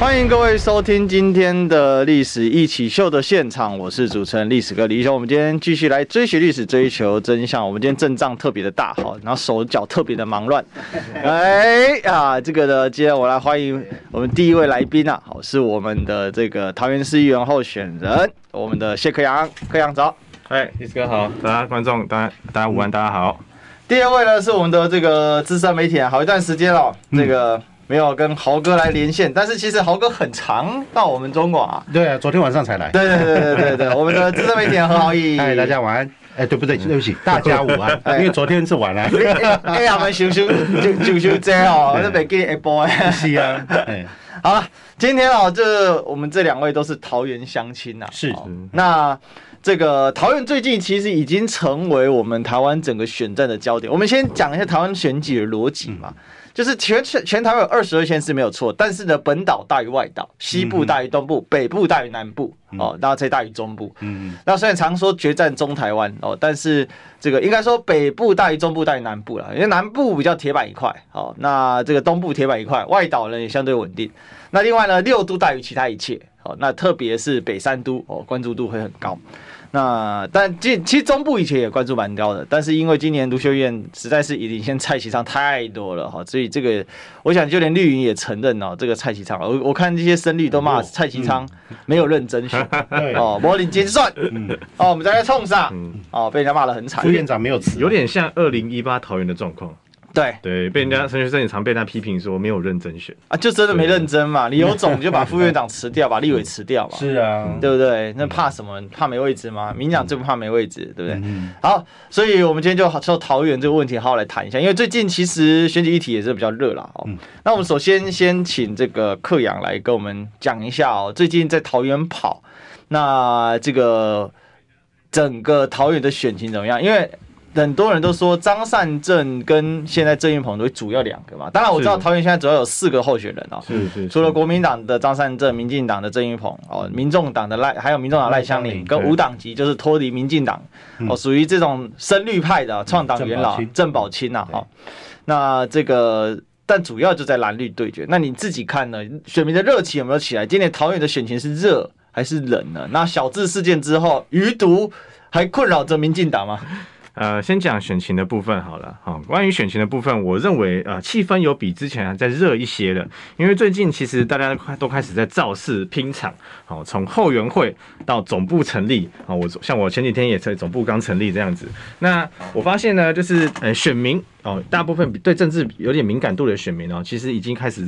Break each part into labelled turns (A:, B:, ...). A: 欢迎各位收听今天的《历史一起秀》的现场，我是主持人历史哥李修。我们今天继续来追寻历史，追求真相。我们今天阵仗特别的大，好，然后手脚特别的忙乱。哎啊，这个呢，今天我来欢迎我们第一位来宾啊，好，是我们的这个桃园市议员候选人，我们的谢克阳，克阳早。
B: 嗨，李斯哥好，大家观众，大家大家午安，大家好。
A: 第二位呢是我们的这个资深媒体啊，好一段时间了，这个没有跟豪哥来连线，但是其实豪哥很常到我们中广啊。
C: 对啊，昨天晚上才来。
A: 对对对对对对，我们的资深媒体人何豪毅，
C: 嗨，大家晚安。 哎，对不对？对不起，大家午安。
A: 哎
C: 因为昨天是 晚安。
A: 哎呀，我们熊熊熊熊熊姐哦，都没给你 A boy。
C: 是啊，哎，
A: 好了，今天哦，这我们这两位都是桃园乡亲呐、
C: 是
A: 哦那这个桃园最近其实已经成为我们台湾整个选战的焦点。我们先讲一下台湾选举的逻辑嘛，
C: 嗯
A: 就是全全全台湾有二十二县市没有错，但是呢，本岛大于外岛，西
C: 嗯
A: 部大于东部，北部大于南部，哦，然后再大于中部。
C: 嗯，
A: 那虽然常说决战中台湾哦，但是这个应该说北部大于中部大于南部了，因为南部比较铁板一块，好、那这个东部铁板一块，外岛呢也相对稳定。那另外呢，六都大于其他一切，好、那特别是北三都哦，关注度会很高。那但其其实中部以前也关注蛮高的，但是因为今年卢修院实在是领先蔡其昌太多了哦哈，所以这个我想就连绿营也承认哦，这个蔡其昌，我我看这些深绿都骂蔡其昌没有认真选、
C: 对嗯
A: 哦，模拟结算哦，我们在那冲上哦，被人家骂得很惨
C: 副，院长没有辞，
B: 有点像二零一八桃园的状况，
A: 对
B: 对，被人家陈学生也常被人家批评说没有认真选，
A: 啊，就真的没认真嘛，你有种就把副院长辞掉，把立委辞掉嘛，
C: 是啊，
A: 对不对？那怕什么？怕没位置吗？民进党最不怕没位置，对不对？好，所以我们今天就好说桃园这个问题，好好来谈一下，因为最近其实选举议题也是比较热啦。哦。那我们首先先请这个克阳来跟我们讲一下哦，最近在桃园跑，那这个整个桃园的选情怎么样？因为很多人都说张善政跟现在郑运鹏为主要两个嘛，当然我知道
B: 是
A: 桃园现在主要有四个候选人哦，
B: 是是
A: 除了国民党的张善政、民进党的郑云鹏哦，民众党的赖，还有民众党赖香林，
C: 嗯
A: 跟
B: 对
A: 无党籍就是脱离民进党哦，属于这种深绿派的哦创党元老
C: 郑宝清
A: 郑宝清呐、哦，那这个但主要就在蓝绿对决。那你自己看呢？选民的热情有没有起来？今年桃园的选情是热还是冷呢？那小智事件之后，余毒还困扰着民进党吗？
B: 呃，先讲选情的部分好了。好、关于选情的部分，我认为呃，气氛有比之前还再热一些了，因为最近其实大家快都开始在造势拼场。好、从后援会到总部成立，好、我像我前几天也在总部刚成立这样子。那我发现呢，就是呃，选民哦，大部分比对政治有点敏感度的选民哦，其实已经开始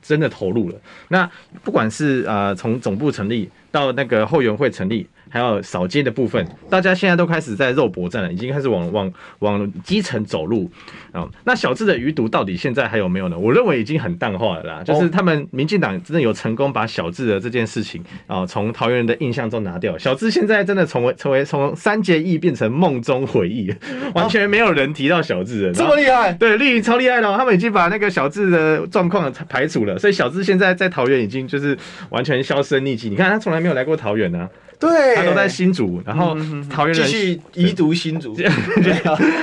B: 真的投入了。那不管是呃从总部成立到那个后援会成立，还有扫街的部分，大家现在都开始在肉搏战了，已经开始往往往基层走路啊、哦那小智的余毒到底现在还有没有呢？我认为已经很淡化了
A: 哦
B: 啦，就是他们民进党真的有成功把小智的这件事情啊、哦从桃园人的印象中拿掉。小智现在真的成为成为从三结义变成梦中回 忆，完全没有人提到小智了。
A: 这
B: 然后
A: 么厉害？
B: 对，绿营超厉害的、哦，他们已经把那个小智的状况排除了，所以小智现在在桃园已经就是完全销声匿迹。你看他从来没有来过桃园啊，
A: 对，嗯
B: 他都在新竹，然后桃园
A: 继
B: 人
A: 续移毒新竹，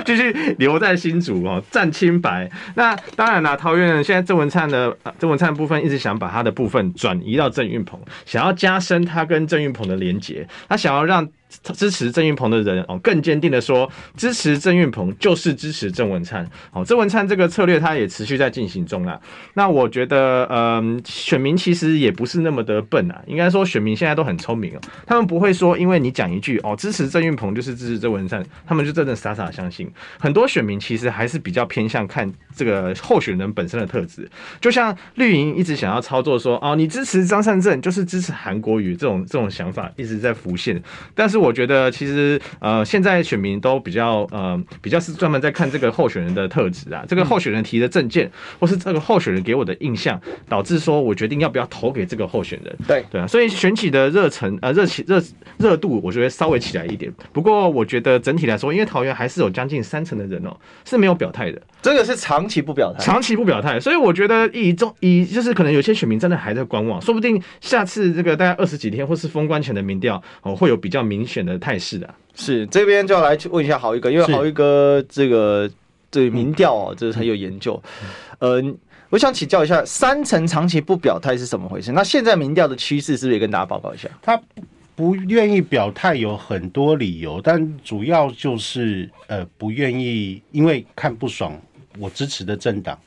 B: 继续留在新竹哦，占清白。那当然啦，桃园人现在郑文灿的呃郑文灿的部分一直想把他的部分转移到郑运鹏，想要加深他跟郑运鹏的连结，他想要让。支持郑运鹏的人哦，更坚定的说，支持郑运鹏就是支持郑文灿。哦，郑文灿这个策略他也持续在进行中啦。那我觉得，嗯、选民其实也不是那么的笨啊，应该说选民现在都很聪明哦，他们不会说因为你讲一句哦支持郑运鹏就是支持郑文灿，他们就真的傻傻相信。很多选民其实还是比较偏向看这个候选人本身的特质，就像绿营一直想要操啊作说哦你支持张善政就是支持韩国瑜这种这种想法一直在浮现，但是。是我觉得其实呃，现在选民都比较呃，比较是专门在看这个候选人的特质啊，这个候选人提的证件，或是这个候选人给我的印象，导致说我决定要不要投给这个候选人。
D: 对
B: 对啊，所以选举的热忱呃热起热热度，我觉得稍微起来一点。不过我觉得整体来说，因为桃园还是有将近三成的人哦是没有表态的，
A: 这个是长期不表态。
B: 长期不表态，所以我觉得以中以就是可能有些选民真的还在观望，说不定下次这个大概二十几天或是封关前的民调哦，会有比较明显的态势啊。
A: 是这边就要来去问一下豪一哥，因为
C: 是
A: 豪一哥这个对民调哦，这是很有研究。
C: 嗯
A: 呃，我想请教一下，三层长期不表态是怎么回事？那现在民调的趋势是不是也跟大家报告一下？
C: 他不不愿意表态有很多理由，但主要就是呃不愿意，因为看不爽我支持的政党，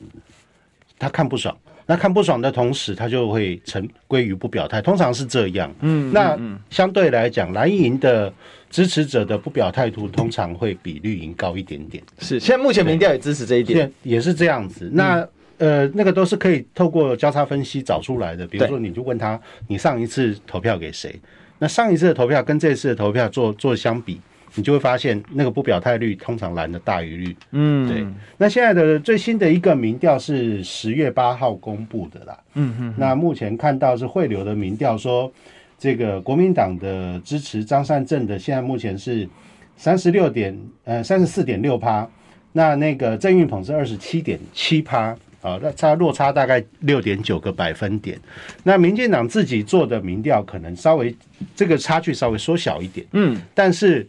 C: 他看不爽。那看不爽的同时，他就会成归于不表态，通常是这样。嗯，那相对来讲，蓝营的支持者的不表态度通常会比绿营高一点点。
A: 是，现在目前民调也支持这一点。嗯
C: 也也是这样子。那、呃，那个都是可以透过交叉分析找出来的。比如
A: 对
C: 说，你就问他，你上一次投票给谁？那上一次的投票跟这次的投票做做相比，你就会发现那个不表态率通常蓝的大于绿。
A: 嗯，
C: 对，那现在的最新的一个民调是十月八号公布的啦。嗯嗯。那目前看到是汇流的民调说，这个国民党的支持张善政的，现在目前是三十六点呃三十四点六趴，那那个郑运鹏是二十七点七趴。啊，那差落差大概六点九个百分点。那民进党自己做的民调可能稍微这个差距稍微缩小一点，
A: 嗯，
C: 但是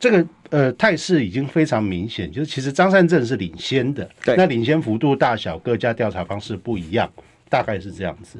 C: 这个呃态势已经非常明显，就是其实张善政是领先的，
A: 对
C: 那领先幅度大小各家调查方式不一样，大概是这样子。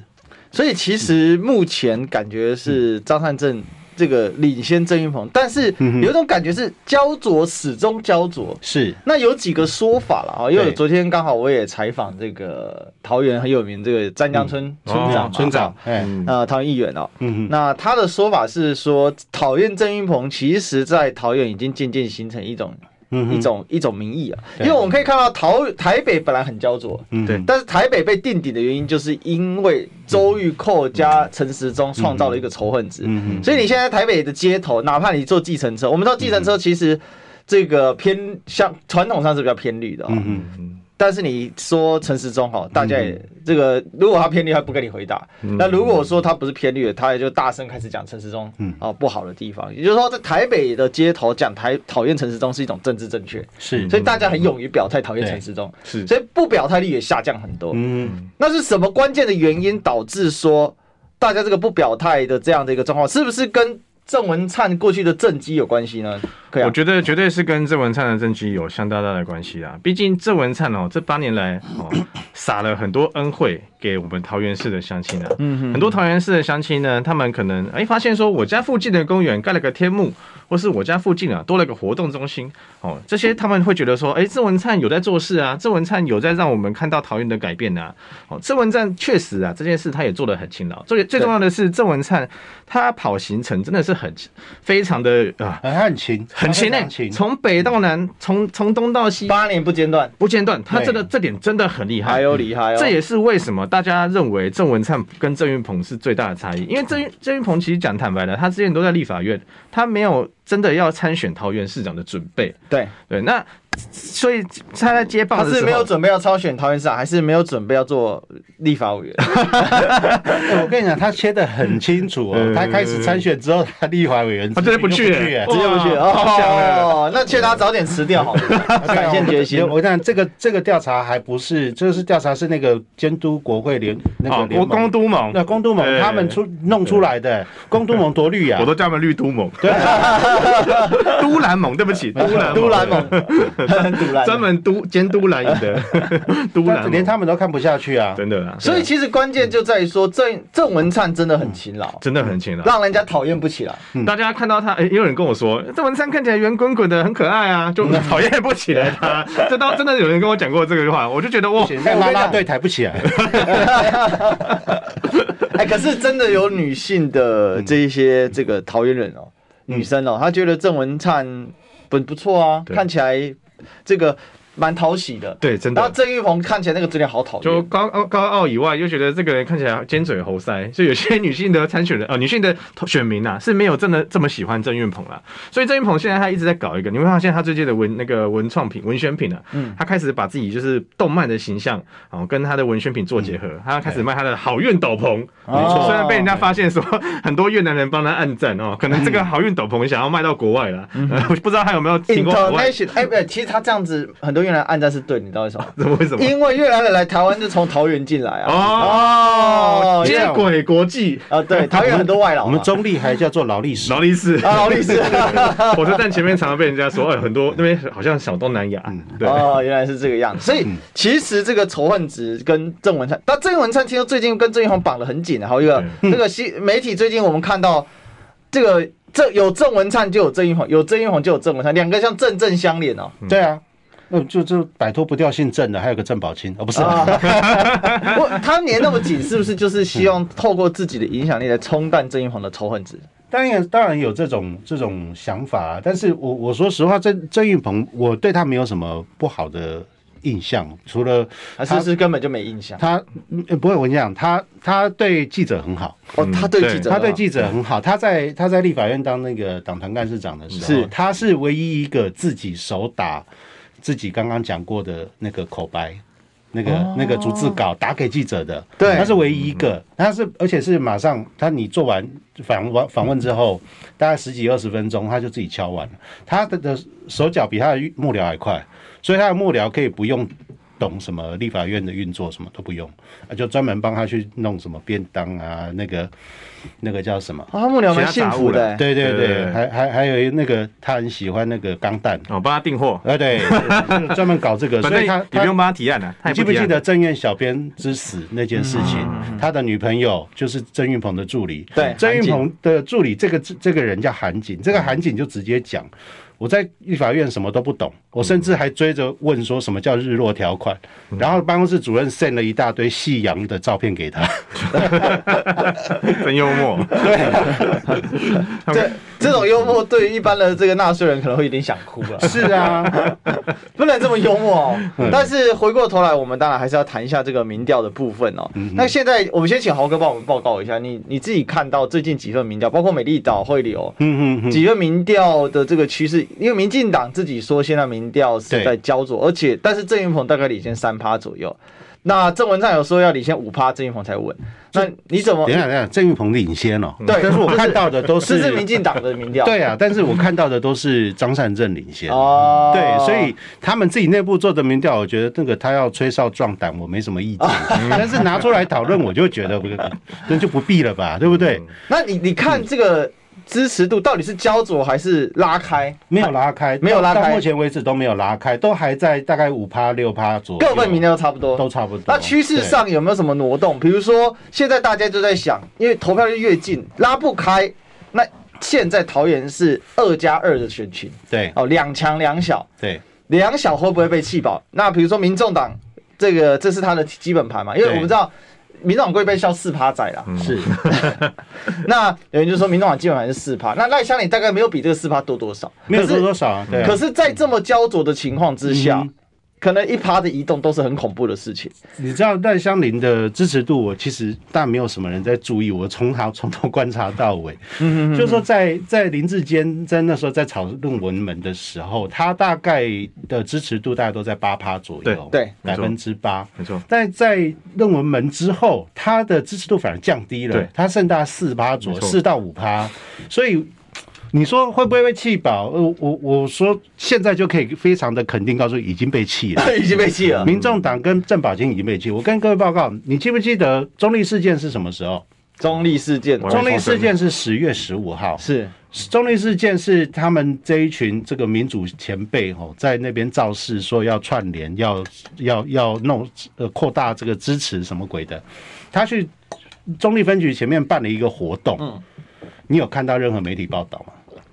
A: 所以其实目前感觉是
C: 嗯
A: 张善政这个领先郑云鹏，但是有一种感觉是焦灼，始终焦灼。
C: 是
A: 那有几个说法了啊，因为
C: 对
A: 昨天刚好我也采访这个桃园很有名这个湛江村村长嘛、
B: 哦
C: 嗯村长，哎，
B: 嗯，
A: 呃桃园议员哦，
C: 嗯哼，
A: 那他的说法是说，讨厌郑云鹏，其实在桃园已经渐渐形成一种、
C: 嗯哼
A: 一种一种民意啊。因
C: 对
A: 为我们可以看到桃台北本来很焦灼，
C: 嗯
B: 对
A: 但是台北被定底的原因，就是因为周玉蔻加陈时中创造了一个仇恨值。
C: 嗯
A: 所以你现在台北的街头，哪怕你坐计程车，我们知道计程
C: 嗯
A: 车其实这个偏向传统上是比较偏绿的、哦，
C: 嗯哼，
A: 但是你说陈时中哈，大家也、
B: 嗯
A: 这个，如果他偏绿，他不跟你回答；那、如果说他不是偏绿的，他也就大声开始讲陈时中
C: 嗯
A: 啊、不好的地方。也就是说，在台北的街头讲台讨厌陈时中是一种政治正确，
B: 嗯
C: 是，
A: 所以大家很勇于表态讨厌陈时中，
B: 是
A: 所以不表态率也下降很多。
C: 嗯
A: 那是什么关键的原因导致说大家这个不表态的这样的一个状况，是不是跟郑文灿过去的政绩有关系呢？可以、啊
B: 我，觉得绝对是跟郑文灿的政绩有相当大的关系啦。毕竟郑文灿哦，这八年来哦，撒了很多恩惠给我们桃园市的乡亲啊。很多桃园市的乡亲呢，他们可能哎发现说，我家附近的公园盖了个天幕，或是我家附近啊多了个活动中心哦，这些他们会觉得说，哎，郑文灿有在做事啊，郑文灿有在让我们看到桃园的改变啊。哦，郑文灿确实啊，这件事他也做得很勤劳。最最重要的是，郑文灿他跑行程真的是很非常的啊。
C: 很很勤，
B: 很勤欸
C: 非
B: 呢、
C: 常勤，
B: 从北到南，从从东到西
A: 八年不间断，
B: 不间断，他
C: 嗯对哎
B: 真的这点真的很厉
A: 还
B: 害。
A: 有厉害哦，
B: 这也是为什么大家认为郑文灿跟郑云鹏是最大的差异，因为郑云郑云鹏其实讲坦白的，他之前都在立法院，他没有真的要参选桃园市长的准备。
A: 对。
B: 对，那所以他在接棒
A: 他
B: 的时候
A: 是没有准备要超选桃园市长，还是没有准备要做立法 委员？
C: 哎我跟你讲，他切的很清楚哦。他开始参选之后，他立法委员
B: 嗯他真的不去
C: 直接
B: 欸
C: 不
B: 哇
C: 去
A: 直接不去
B: 好想哎
A: 哦，那劝他早点辞 掉好了，
C: 对啊
A: 展现决心
C: 我。我讲这个这个调查还不是，这个是调查是那个监督国会联那个
B: 哦
C: 联
B: 我
C: 盟
B: 公都盟，
C: 那公都盟
B: 哎
C: 他们出弄出来的，公都盟多绿啊
B: 我！都叫他们绿都盟，
C: 对啊，
B: 都兰盟，对不起，都兰
A: 都兰
B: 盟，
A: 猛，很堵然。
B: 专门都监督蓝营 的都兰
C: 但
B: 盟，
C: 连他们都看不下去啊！
B: 真的啊，
A: 所以其实关键就在于说，郑郑文灿真的很勤劳，
B: 真的很勤劳。啊
A: 让人家讨厌不起 来。
B: 大家看到他，诶，也有人跟我说，这文灿看起来圆滚滚的，很可爱啊，就 讨厌不起来他。这倒真的有人跟我讲过这个话，我就觉得哇，
C: 显然拉拉队抬不 起来，
A: 哎，可是真的有女性的这一些这个桃园人哦，女生哦，她觉得郑文灿不不错啊，
B: 嗯对
A: 看起来这个蛮讨喜的。
B: 对真的
A: 然后郑玉鹏看起来那个质量好讨
B: 就
A: 厌，
B: 高傲高傲以外，又觉得这个人看起来尖嘴猴腮，所以有些女性的参选人呃，女性的选民啊是没有真的这么喜欢郑运鹏啦。所以郑运鹏现在他一直在搞一个，你会发现他最近的文那个文创品、文宣品啊，
A: 嗯
B: 他开始把自己就是动漫的形象哦跟他的文宣品做结合，
A: 嗯
B: 他开始卖他的好运斗篷。哦
A: 错
B: 虽然被人家发现说很多越南人帮他暗赞哦，可能这
A: 嗯
B: 个好运斗篷想要卖到国外了，呃我 不知道他有没有听过国外
A: International，哎，不对，其实他这样子，很多越南暗战是对，你知道为 什么？
B: 怎 么为什么？
A: 因为越南人来台湾就从桃园进来啊，
B: 哦
A: 哦，
B: 接轨国际。
A: 啊， 对，桃园很多外劳嘛，
C: 我们中立还叫做劳力士
B: 劳，力士
A: 啊，劳力士，
B: 火车站前面常常被人家说，哎，很多那边好像小东南亚， 对，嗯
A: 哦，原来是这个样子。所以其实这个仇恨值跟郑文灿，但郑文灿听说最近跟郑云鹏绑得很紧啊，还有一个
B: 嗯
A: 这个新媒体最近我们看到这个这有郑文灿就有郑云鹏，有郑云鹏就有郑文灿，两个像正正相 连哦。
C: 对啊，那就就摆脱不掉姓郑的，还有个郑宝清，哦，不是啊、
A: 啊， 我他粘那么紧，是不是就是希望透过自己的影响力来冲淡郑云鹏的仇恨值？
C: 当然，当然有这种这种想法、啊，但是我我说实话，郑郑运鹏，我对他没有什么不好的印象，除了
A: 还是不是根本就没印象？
C: 他、嗯不会，我跟你讲，他他对记者很好，
A: 哦，他对记者，
C: 他对记者很好，他在他在立法院当那个党团干事长的时候，
A: 是
C: 他是唯一一个自己手打自己刚刚讲过的那个口白。那个、那个逐字稿打给记者的，
A: 哦对
C: 他是唯一一个，他是而且是马上他你做完访完访问之后，大概十几二十分钟他就自己敲完了，他的的手脚比他的幕僚还快，所以他的幕僚可以不用懂什么立法院的运作，什么都不用，啊，就专门帮他去弄什么便当啊，那个那个叫什么？
A: 啊，幕僚蛮幸福的、欸。
C: 对对
B: 对对
C: 对，
B: 对
C: 还还还有一那个他很喜欢那个钢弹，
B: 我哦帮他订货，
A: 呃
C: 啊对，就是专门搞这个，
B: 反
C: 所以他
B: 正你不用
C: 他。
B: 帮他提案了，他也
C: 你记不
B: 提
C: 记
B: 案
C: 得郑院小编之死那件事情？他的女朋友就是郑运鹏的助理。
A: 对
C: 郑运
A: 韩
C: 鹏的助理，这个这个人叫韩景，这个韩景就直接讲，我在立法院什么都不懂，我甚至还追着问说什么叫日落条款，然后办公室主任 send 了一大堆夕阳的照片给他。
B: 真幽 默，
A: 这这种幽默对于一般的这个纳税人可能会有点想哭了，
C: 是啊，
A: 不能这么幽默哦。
C: 嗯
A: 但是回过头来，我们当然还是要谈一下这个民调的部分哦。
C: 嗯
A: 那现在我们先请豪哥帮我们报告一下，你你自己看到最近几份民调，包括美丽岛、汇流
C: 嗯嗯嗯，
A: 几份民调的这个趋势，因为民进党自己说现在民调是
C: 对
A: 在焦灼，而且但是郑云鹏大概领先三趴左右。那郑文灿有说要领先五趴，郑云鹏才稳。那你怎么
C: 等一？下，等一下，郑玉鹏领先哦。
A: 对
C: 但是我
A: 就是
C: 看到的都
A: 这
C: 是
A: 是民进党的民调。
C: 对啊，但是我看到的都是张善政领先。
A: 哦，
C: 对，所以他们自己内部做的民调，我觉得那个他要吹哨壮胆，我没什么意 见。但是拿出来讨论，我就觉得不那就不必 了吧，对不对？
A: 那你你看这个支持度到底是焦灼还是拉开？
C: 没有拉开，
A: 没有拉开
C: 到目前为止都没有拉开，都还在大概五趴六趴左右，
A: 各份民调都差不多，
C: 都差不多。
A: 那趋势上有没有什么挪动？比如说，现在大家就在想，因为投票率越近，拉不开。那现在桃园是二加二的选群，
C: 对
A: 哦，两强两小，
C: 对
A: 两小会不会被气饱？那比如说民众党，这个这是他的基本盘嘛，因为
C: 对
A: 我们知道民众党会被笑四趴仔啦。
C: 对是，
A: 那有人就说民众党基本盘是四趴，那赖香里大概没有比这个四趴多多少，
C: 没有
A: 可是
C: 多多少啊，对啊
A: 可是，在这么焦灼的情况之下，
C: 嗯
A: 可能一趴的移动都是很恐怖的事情。
C: 你知道赖香林的支持度，我其实但没有什么人在注意，我从头从头观察到尾。嗯就是说在在林志坚在那时候在炒论文门的时候，他大概的支持度大概都在八趴左右，
A: 对对
C: 百分之八。
B: 没错，
C: 但在论文门之后，他的支持度反而降低了
B: 对，
C: 他剩大四趴左
B: 没
C: 右，
B: 错
C: 四到五趴，所以。你说会不会被气饱？呃，我我说现在就可以非常的肯定告诉你已经被气了，
A: 已经被气了。
C: 民众党跟郑宝清已经被记。我跟各位报告，你记不记得中立事件是什么时候？
A: 中立事件
B: 我
C: 中立事件是十月十五号。
A: 是
C: 中立事件是他们这一群这个民主前辈哦，在那边造势说要串联，要要要弄呃扩大这个支持什么鬼的。他去中立分局前面办了一个活动，
A: 嗯
C: 你有看到任何媒体报道吗？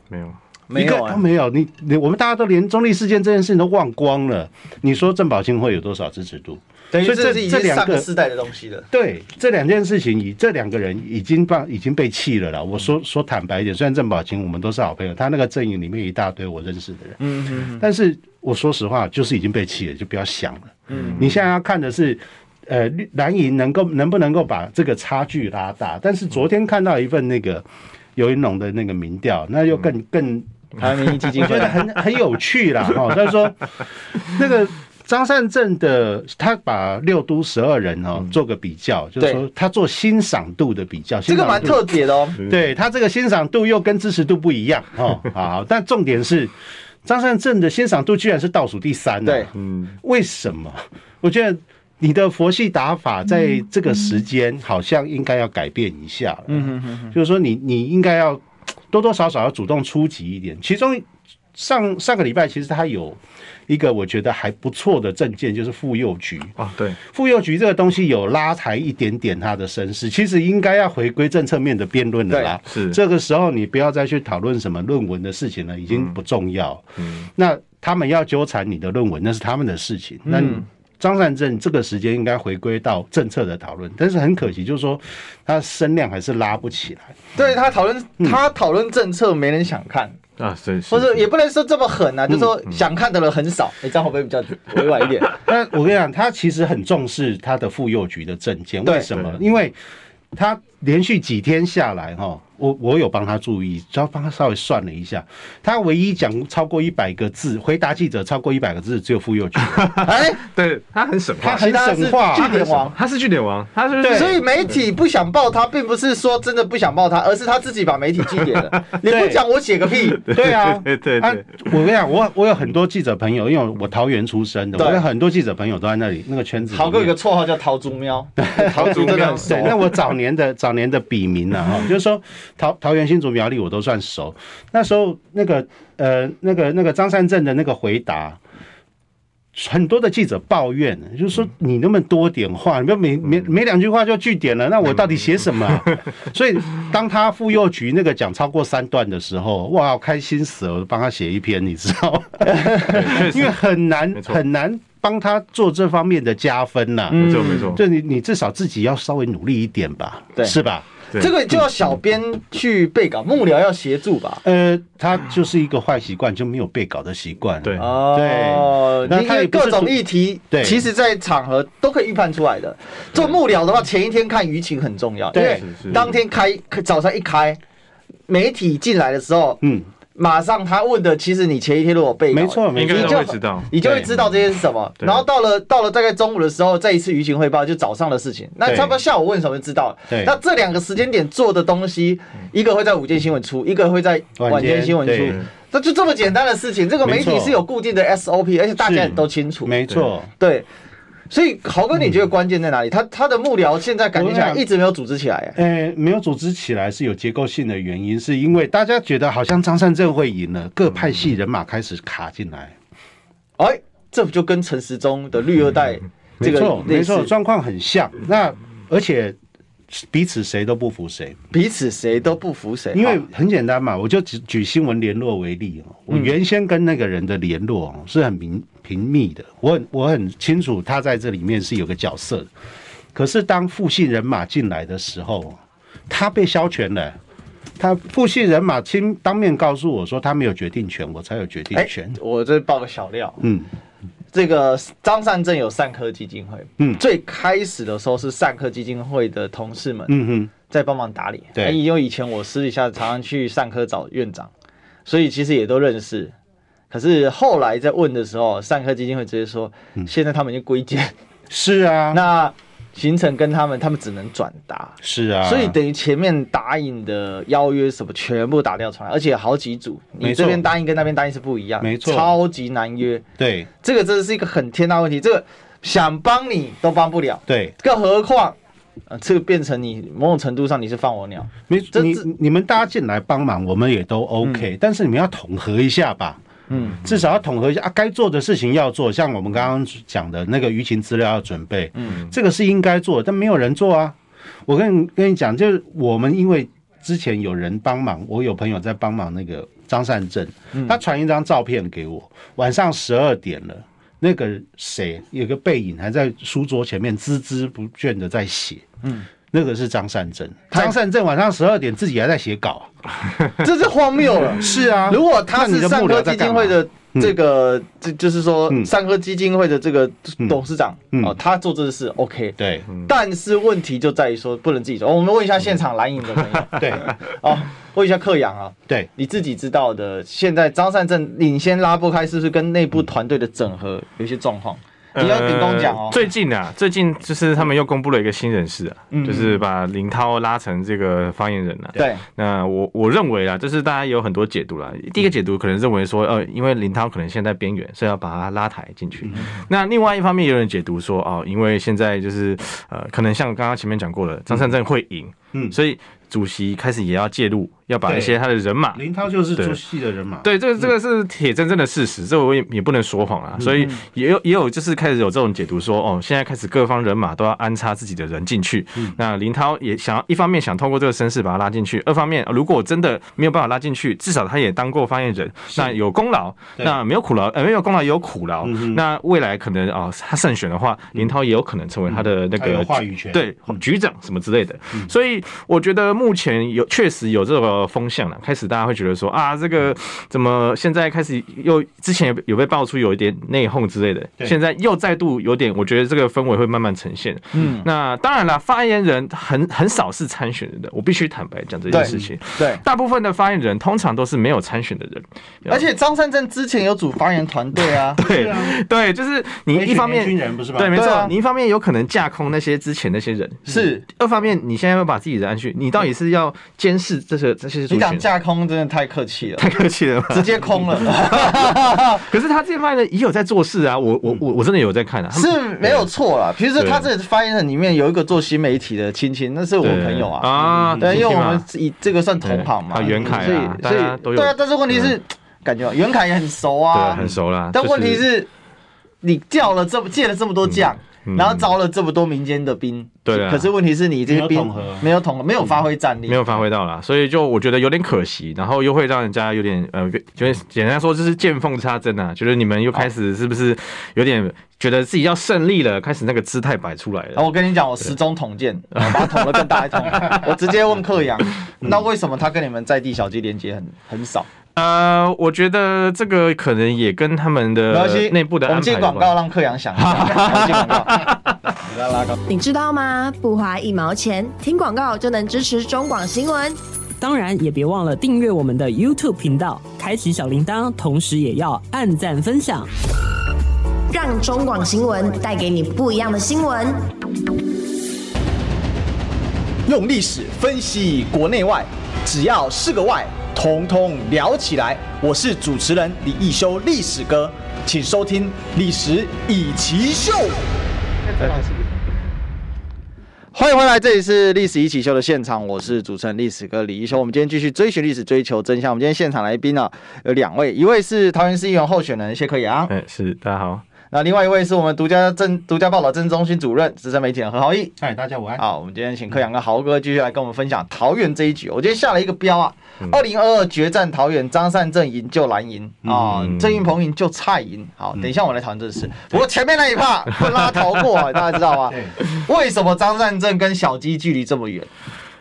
B: 没有，
A: 没
C: 一个
A: 有啊
C: 都？没有。你你我们大家都连中立事件这件事情都忘光了。你说郑宝清会有多少支持度？
A: 等于
C: 所以
A: 这
C: 这
A: 是已
C: 这
A: 经
C: 两
A: 上
C: 个
A: 个世代的东西了。
C: 对这两件事情，以这两个人已经帮已经被气了啦。我说说坦白一点，虽然郑宝清我们都是好朋友，他那个阵营里面一大堆我认识的人，嗯嗯，但是我说实话，就是已经被气了，就不要想了。嗯，你现在要看的是。呃，绿蓝营能够能不能够把这个差距拉大？但是昨天看到一份那个尤云龙的那个民调，那又更更
A: 台湾民意基金
C: 我觉
A: 会
C: 得很很有 趣啦。哈、他说那个张善政的，他把六都十二人
A: 嗯
C: 哦、做个比较，就是说他做欣赏度的比较，
A: 这个蛮
C: 欣赏
A: 特别的哦。
C: 度，对他这个欣赏度又跟支持度不一样 哦。好，但重点是张善政的欣赏度居然是倒数第三、啊，
A: 对，
B: 嗯，
C: 为什么？我觉得你的佛系打法在这个时间好像应该要改变一下了。嗯嗯嗯，就是说你你应该要多多少少要主动出击一点。其中上上个礼拜其实他有一个我觉得还不错的证件，就是妇幼局。
B: 哦，对，
C: 妇幼局这个东西有拉抬一点点他的声势，其实应该要回归政策面的辩论了啦。
B: 对是
C: 这个时候你不要再去讨论什么论文的事情了，已经不重要。
B: 嗯，
C: 那他们要纠缠你的论文，那是他们的事情。
B: 嗯
C: 那你张善政这个时间应该回归到政策的讨论，但是很可惜，就是说他声量还是拉不起来。
A: 对他讨论他讨论政策，没人想看，
B: 啊，是，是
A: 或者
B: 是
A: 也不能说这么狠啊，就说想看的人很少。你这样会不会比较委婉一点？
C: 但我跟你讲，他其实很重视他的妇幼局的证件，
A: 对
C: 为什么？因为他连续几天下来，哈，我我有帮他注意，只要帮他稍微算了一下，他唯一讲超过一百个字，回答记者超过一百个字，只有妇 幼局，
A: 哎，
B: 对他很省
C: 他
B: 话，
C: 很
A: 其他是
C: 省话，
A: 据点王。
B: 他是据点王，他是
C: 对
A: 所以媒体不想报他，并不是说真的不想报他，而是他自己把媒体据点了。你不讲，我写个屁。
C: 对啊，
B: 对对对
C: 啊，我跟你讲，我我有很多记者朋友，因为我桃园出生的，
A: 对
C: 我有很多记者朋友都在那里那个圈子里面。
A: 豪哥有个绰号叫桃竹喵，桃竹真的很熟
C: 对，。那我早年的早年的笔名呢、哈，就是说桃桃园新竹苗栗我都算熟。那时候那个呃那个那个张善政的那个回答，很多的记者抱怨，就是说
B: 嗯
C: 你那么多点话，你不要每每每两句话就据点了，那我到底写什么啊、
B: 嗯
C: 所以当他妇幼局那个讲超过三段的时候，哇，我开心死了，我帮他写一篇，你知道吗？
B: 对确
C: 因
B: 实，
C: 为很难
B: 没错嗯
C: 很难帮他做这方面的加分呐、
B: 没错没
A: 嗯
B: 错，
C: 就你你至少自己要稍微努力一点吧，
A: 对
C: 是吧？
B: 对
A: 这个就要小编去备稿，幕僚要协助吧。
C: 呃，他就是一个坏习惯，就没有被搞的习惯。
B: 对
A: 啊哦，
C: 对
A: 你
C: 那他
A: 看
C: 也不是
A: 各种议题，
C: 对
A: 其实在场合都可以预判出来的。做幕僚的话，前一天看舆情很重要，因
C: 对
A: 为
B: 是是
A: 当天开早上一开，媒体进来的时候，
C: 嗯，
A: 马上他问的，其实你前一天如果背稿，
C: 没错，没
B: 应该
C: 错
B: 都
A: 就
B: 会知道，
A: 你就会知道这些是什么。
B: 对
A: 然后到了到了大概中午的时候，再一次舆情汇报，就早上的事情。那
C: 对
A: 差不多下午问什么就知道了。
C: 对
A: 那这两个时间点做的东西，一个会在午间新闻出，一个会在晚间新闻
C: 晚间
A: 出
C: 对。
A: 那就这么简单的事情，这个媒
C: 没
A: 体
C: 错
A: 是有固定的 SOP，而且大家也
C: 是
A: 都清楚。
C: 没错。
A: 对，所以豪哥，你觉得关键在哪里？他他的幕僚现在感觉起来
C: 我想
A: 一直没有组织起来欸耶。
C: 呃，没有组织起来是有结构性的原因，是因为大家觉得好像张善政会赢了，各派系人马开始卡进来。
A: 哎，这不就跟陈时中的绿二代这
C: 没
A: 个
C: 错，
A: 类
C: 没
A: 似
C: 错，状况很像。那而且彼此谁都不服谁，
A: 彼此谁都不服谁，
C: 因为
A: 好嗯
C: 很简单嘛，我就举举新闻联络为例哦，我原先跟那个人的联络哦是很明频密的，我很我很清楚他在这里面是有个角色的，可是当复姓人马进来的时候哦，他被消权了。他复姓人马亲当面告诉我说他没有决定权，我才有决定
A: 哎
C: 权。，
A: 我这爆个小料，
C: 嗯，
A: 这个张善政有善科基金会，
C: 嗯
A: 最开始的时候是善科基金会的同事们
C: 嗯哼，
A: 在帮忙打理，
C: 对
A: 哎因为以前我私底下常常去善科找院长，所以其实也都认识。可是后来在问的时候，善科基金会直接说，
C: 嗯
A: 现在他们已经归建，
C: 是啊，
A: 那行程跟他们，他们只能转达。
C: 是啊，
A: 所以等于前面答应的邀约什么全部打掉重来，而且好几组，你
C: 没错
A: 这边答应跟那边答应是不一样，
C: 没错
A: 超级难约。
C: 对
A: 这个真的是一个很天大问题，这个想帮你都帮不了，
C: 对，
A: 更何况，呃，这个变成你某种程度上你是放我鸟，
C: 没
A: 这
C: 你
A: 这
C: 你们大家进来帮忙，我们也都 OK，、但是你们要统合一下吧。
A: 嗯，
C: 至少要统合一下啊，该做的事情要做，像我们刚刚讲的那个舆情资料要准备，嗯，这个是应该做的，但没有人做啊。我跟你跟你讲，就是我们因为之前有人帮忙，我有朋友在
A: 嗯
C: 帮忙那个张善政，他传一张照片给我，晚上十二点了，那个谁有个背影还在书桌前面孜孜不倦的在写，嗯，那个是张善政，张善政晚上十二点自己还在写稿，
A: 这是荒谬了。
C: 是啊，
A: 如果他
C: 那
A: 是
C: 你的
A: 善
C: 幕
A: 科
C: 僚
A: 基
C: 在
A: 金
C: 干
A: 会
C: 嘛？
A: 的这个，这就是说
C: 嗯
A: 善科基金会的这个董事长
C: 嗯
A: 哦，他做这事 OK，
C: 对
A: 但是问题就在于说不能自己做。哦我们问一下现场蓝营的朋友
C: 对
A: 哦，问一下克阳啊，
C: 对，
A: 你自己知道的，现在张善政领先拉布开，是不是跟内部团队的整合有一些状况？你要秉公讲哦
B: 呃呃。最近啊，最近就是他们又公布了一个新人事啊，就是把林涛拉成这个发言人了、啊。
A: 嗯对，
B: 那我我认为啊，就是大家有很多解读啦。第一个解读可能认为说，呃，因为林涛可能现在边缘，所以要把他拉抬进去。
A: 嗯
B: 那另外一方面，也有人解读说，哦，因为现在就是呃，可能像刚刚前面讲过了，张善政会赢，
C: 嗯
B: 所以主席开始也要介入，要把一些他的人马
C: 林涛就是
B: 对
C: 主席的人嘛，
B: 对，这个这个是铁铮铮的事实，这我也也不能说谎啊。所以也有也有就是开始有这种解读说，哦，现在开始各方人马都要安插自己的人进去。那林涛也想要一方面想透过这个身世把他拉进去，二方面呃如果真的没有办法拉进去，至少他也当过发言人，那有功劳，
C: 对
B: 那没有苦劳，呃，没有功劳也有苦劳。那未来可能啊、哦他胜选的话，林涛也有可能成为他的那
C: 他有
B: 个
C: 话语权，
B: 对局长什么之类的。所以我觉得目前有确实有这个风向了，开始大家会觉得说啊，这个怎么现在开始又之前有有被爆出有一点内讧之类的，
C: 对
B: 现在又再度有点，我觉得这个氛围会慢慢呈现。嗯，那当然了，发言人很很少是参选人的，我必须坦白讲这件
A: 对
B: 事情。
A: 对，
B: 大部分的发言人通常都是没有参选的人，
A: 而且张善政之前有组发言团队 啊，
B: 对、对，就是你
C: 也许
B: 一方
C: 年轻
B: 面。
C: 人不是吧？
B: 对，没
A: 对啊
B: 错，你一方面有可能架空那些之前那些人，
A: 是
B: 二方面，你现在要把自己的安去，你到底是要监视这些这些族
A: 你讲
B: 群？
A: 架空真的太客气了，
B: 太客气了吧？
A: 直接空 了，
B: 可是他这方面也有在做事啊，我我我我真的有在看啊，他们
A: 是没有错啦。其实
B: 对
A: 他这发言人里面有一个做新媒体的亲亲，那是我
B: 对
A: 朋友啊，
B: 啊，
A: 对，因为
B: 亲戚
A: 我
B: 嘛
A: 们以这个算同行嘛，
B: 对还有袁凯啊
A: 所以
B: 大
A: 所
B: 家
A: 以
B: 都有
A: 对啊，但是问题是，感觉袁凯也很熟啊
B: 对，很熟啦。
A: 但
B: 就是
A: 问题，是，你叫了这么借了这么多将，
B: 嗯
A: 然后招了这么多民间的兵，
B: 对啊
A: 可是问题是你这些
C: 没有
A: 兵
C: 统合啊
A: 没有统合，没有发挥战力，
B: 没有发挥到啦，所以就我觉得有点可惜，然后又会让人家有点呃，就是简单说就是见缝插针啊，觉得你们又开始是不是有点觉得自己要胜利了，开始那个姿态摆出来
A: 然后
B: 了。
A: 我跟你讲，我时钟统见，我把它捅得更大一 桶。我直接问克阳，
B: 嗯
A: 那为什么他跟你们在地小鸡连接很很少？
B: 呃，我觉得这个可能也跟他们
A: 没关
B: 的
A: 系，
B: 呃内部的
A: 我
B: 安
A: 们
B: 排
A: 进
B: 有
A: 广
B: 关
A: 告让克阳想一下，我们进广告。 来拉高，
E: 你知道吗？不花一毛钱，听广告就能支持中广新闻。
F: 当然也别忘了订阅我们的 YouTube 频道，开启小铃铛，同时也要按赞分享。
E: 让中广新闻带给你不一样的新闻。
D: 用历史分析国内外，只要是个“外”，统统聊起来。我是主持人李一修，历史哥，请收听《历史以奇秀》。
A: 欢迎回来，这里是《历史一起秀》的现场，我是主持人历史哥李一修。我们今天继续追寻历史，追求真相。我们今天现场来宾啊，有两位，一位是桃园市议员候选人谢克阳，
B: 哎，是大家好。
A: 那另外一位是我们独家政独家报道政治中心主任资深媒体人何豪毅。
C: 嗨，哎大家午安。
A: 好，我们今天请柯阳跟豪哥继续来跟我们分享桃园这一局。我今天下了一个标啊，二零二二决战桃园，张善政赢就蓝赢啊，郑运鹏赢就蔡赢。好，等一下我们来讨论这事。不过前面那一趴 会拉逃过 啊，大家知道吗？为什么张善政跟小鸡距离这么远？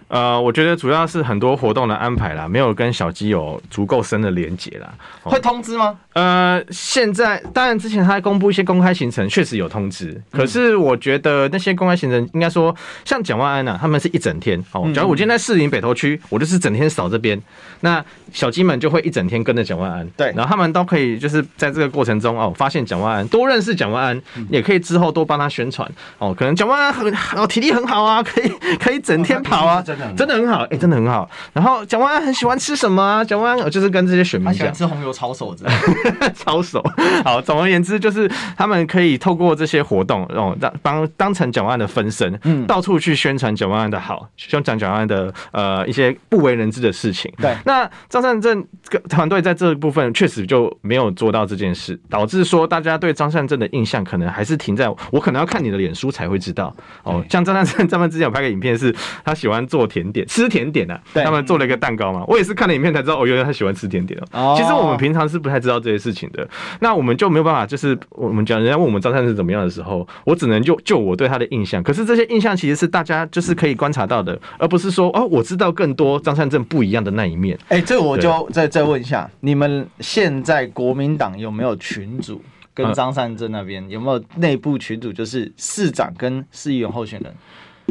B: 呃，我觉得主要是很多活动的安排啦，没有跟小鸡有足够深的连结啦。哦
A: 会通知吗？
B: 呃，现在当然之前他公布一些公开行程，确实有通知，可是我觉得那些公开行程应该说，像蒋万安呐、啊，他们是一整天哦。假如我今天在士林北投区，我就是整天扫这边，那小鸡们就会一整天跟着蒋万安，
A: 对
B: 然后他们都可以就是在这个过程中哦，发现蒋万安，多认识蒋万安，也可以之后多帮他宣传哦。可能蒋万安很哦体力很好啊，可以 可以整天跑啊，
C: 哦他体力是真的
B: 真的很
C: 很好
B: 好，哎、真的很好。然后蒋万安很喜欢吃什么啊？蒋万安呃就是跟这些选民
A: 他喜
B: 讲
A: 欢。吃红油抄手子。
B: 操手。好，总而言之，就是他们可以透过这些活动，哦，让帮当成蒋万安的分身，嗯，到处去宣传蒋万安的好，宣传蒋万安的呃一些不为人知的事情。
A: 对
B: 那张善政这个团队在这部分确实就没有做到这件事，导致说大家对张善政的印象可能还是停在我可能要看你的脸书才会知道。哦，像张善政他们之前有拍个影片是，他喜欢做甜点，吃甜点啊。
A: 对
B: 他们做了一个蛋糕嘛，我也是看了影片才知道，哦，原来他喜欢吃甜点
A: 哦
B: 哦。其实我们平常是不太知道这些事情的，那我们就没有办法，就是我们讲人家问我们张三是怎么样的时候，我只能就就我对他的印象。可是这些印象其实是大家就是可以观察到的，而不是说哦，我知道更多张善政不一样的那一面。
A: 哎、这个我就再再问一下，你们现在国民党有没有群主跟
B: 嗯
A: 张善政那边、有没有内部群主，就是市长跟市议员候选人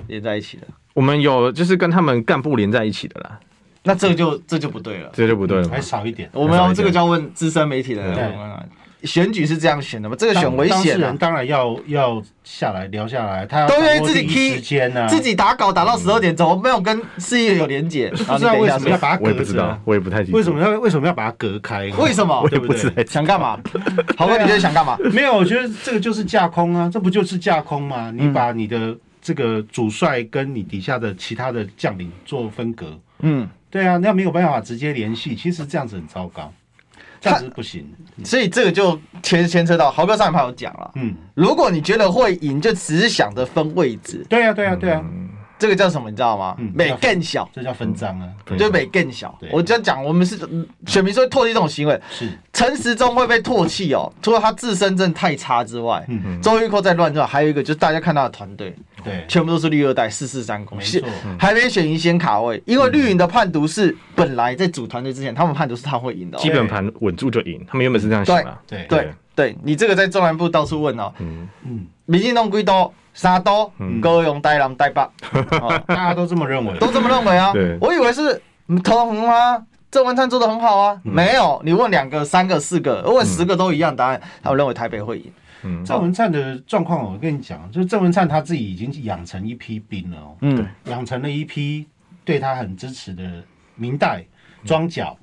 A: 连在一起的？
B: 我们有就是跟他们干部连在一起的啦，
A: 那这个就这就不对了。
B: 这就不对了嘛
C: 嗯还。少一点。
A: 我们要这个就要问资深媒体的人
C: 对
A: 我们来。选举是这样选的吗？这个选
C: 当
A: 危
C: 当事
A: 险啊
C: 人！当然要要下来聊下来，他要
A: 都愿
C: 掌
A: 意
C: 握
A: 自己
C: 第一时
A: key，、
C: 间啊呢，
A: 自己打稿打到
C: 嗯
A: 十二点，怎么没有跟事业有连结？
C: 不知道为什么要把它
B: 我
C: 隔
B: 也不知
C: 着
B: 道
C: 啊，，
B: 我也不太清楚
C: 为什么要为什么要把它隔开？
A: 为什么
B: 我也不知道。
A: 想干 嘛？豪哥，你现在想干嘛？
C: 没有，我觉得这个就是架空啊，这不就是架空吗？
A: 嗯
C: 你把你的这个主帅跟你底下的其他的将领做分隔，
A: 嗯，
C: 对啊，那没有办法直接联系，其实这样子很糟糕，这样子不行。
A: 所以这个就牵牵扯到豪哥上一盘有讲了，
C: 嗯，
A: 如果你觉得会赢，就只是想着分位置，
C: 对啊，对啊，对啊，
A: 这个叫什么？你知道吗
C: 嗯？
A: 美更小，
C: 这叫分赃啊，
B: 对
A: 就美更小
C: 对。
A: 我就讲，我们是嗯选民是会唾弃这种行为，
C: 是
A: 陈时中会被唾弃哦，除了他自身真的太差之外，
C: 嗯
A: 周玉蔻在乱转，还有一个就是大家看他的团队，
C: 对，
A: 全部都是绿二代，四四三公，
C: 没
A: 是嗯
C: 错
A: 还没选赢先卡位，因为绿营的判读是本来在组团队之前，他们判读是他会赢的、哦
B: 基，本盘稳住就赢，他们原本是这样想嘛。
C: 对
A: 对对，你这个在中南部到处问哦，
C: 嗯，
A: 民进党几多，三多，高雄台南台北，哦
C: 大家都这么认为，
A: 都这么认为啊
B: 对。
A: 我以为是嗯头红啊，郑文灿做的很好啊，没有，你问两个、三个、四个，问十个都一样答案，他们认为台北会赢。
C: 郑文灿的状况，我跟你讲，就是郑文灿他自己已经养成一批兵了哦，
A: 嗯，
C: 养成了一批对他很支持的明代庄脚。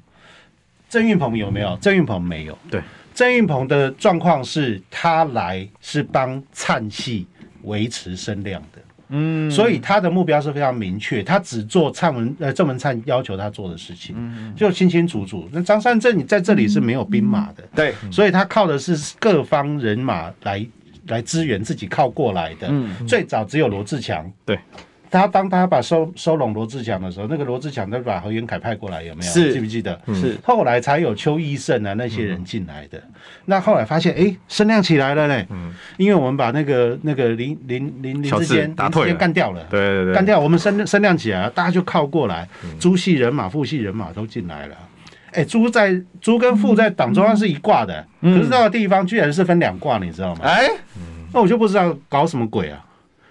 C: 郑运鹏有没有？郑运鹏没有。
B: 对，
C: 郑运鹏的状况是他来是帮灿系维持声量的，嗯，所以他的目标是非常明确，他只做灿文呃郑文灿要求他做的事情，就清清楚楚。那张善政你在这里是没有兵马的，
A: 对，
B: 嗯
C: 所以他靠的是各方人马来来支援自己靠过来的。最早只有罗志强，
B: 嗯对，
C: 他当他把收收拢罗志强的时候，那个罗志强他把何元凯派过来，有没有？
A: 是
C: 记不记得？
B: 嗯
A: 是
C: 后来才有邱义胜啊那些人进来的。那后来发现，哎，声量起来了嘞。嗯，因为我们把那个那个林林林林
B: 小
C: 志
B: 智
C: 坚
B: 打
C: 林
B: 退
C: 志坚
B: 了
C: 干掉了。
B: 对对对，
C: 干掉，我们声声量起来了，大家就靠过来，朱系人马、副系人马都进来了。哎，朱在朱跟副在党中央是一挂的，可是那个地方居然是分两挂，你知道吗？
A: 哎，
C: 那我就不知道搞什么鬼啊，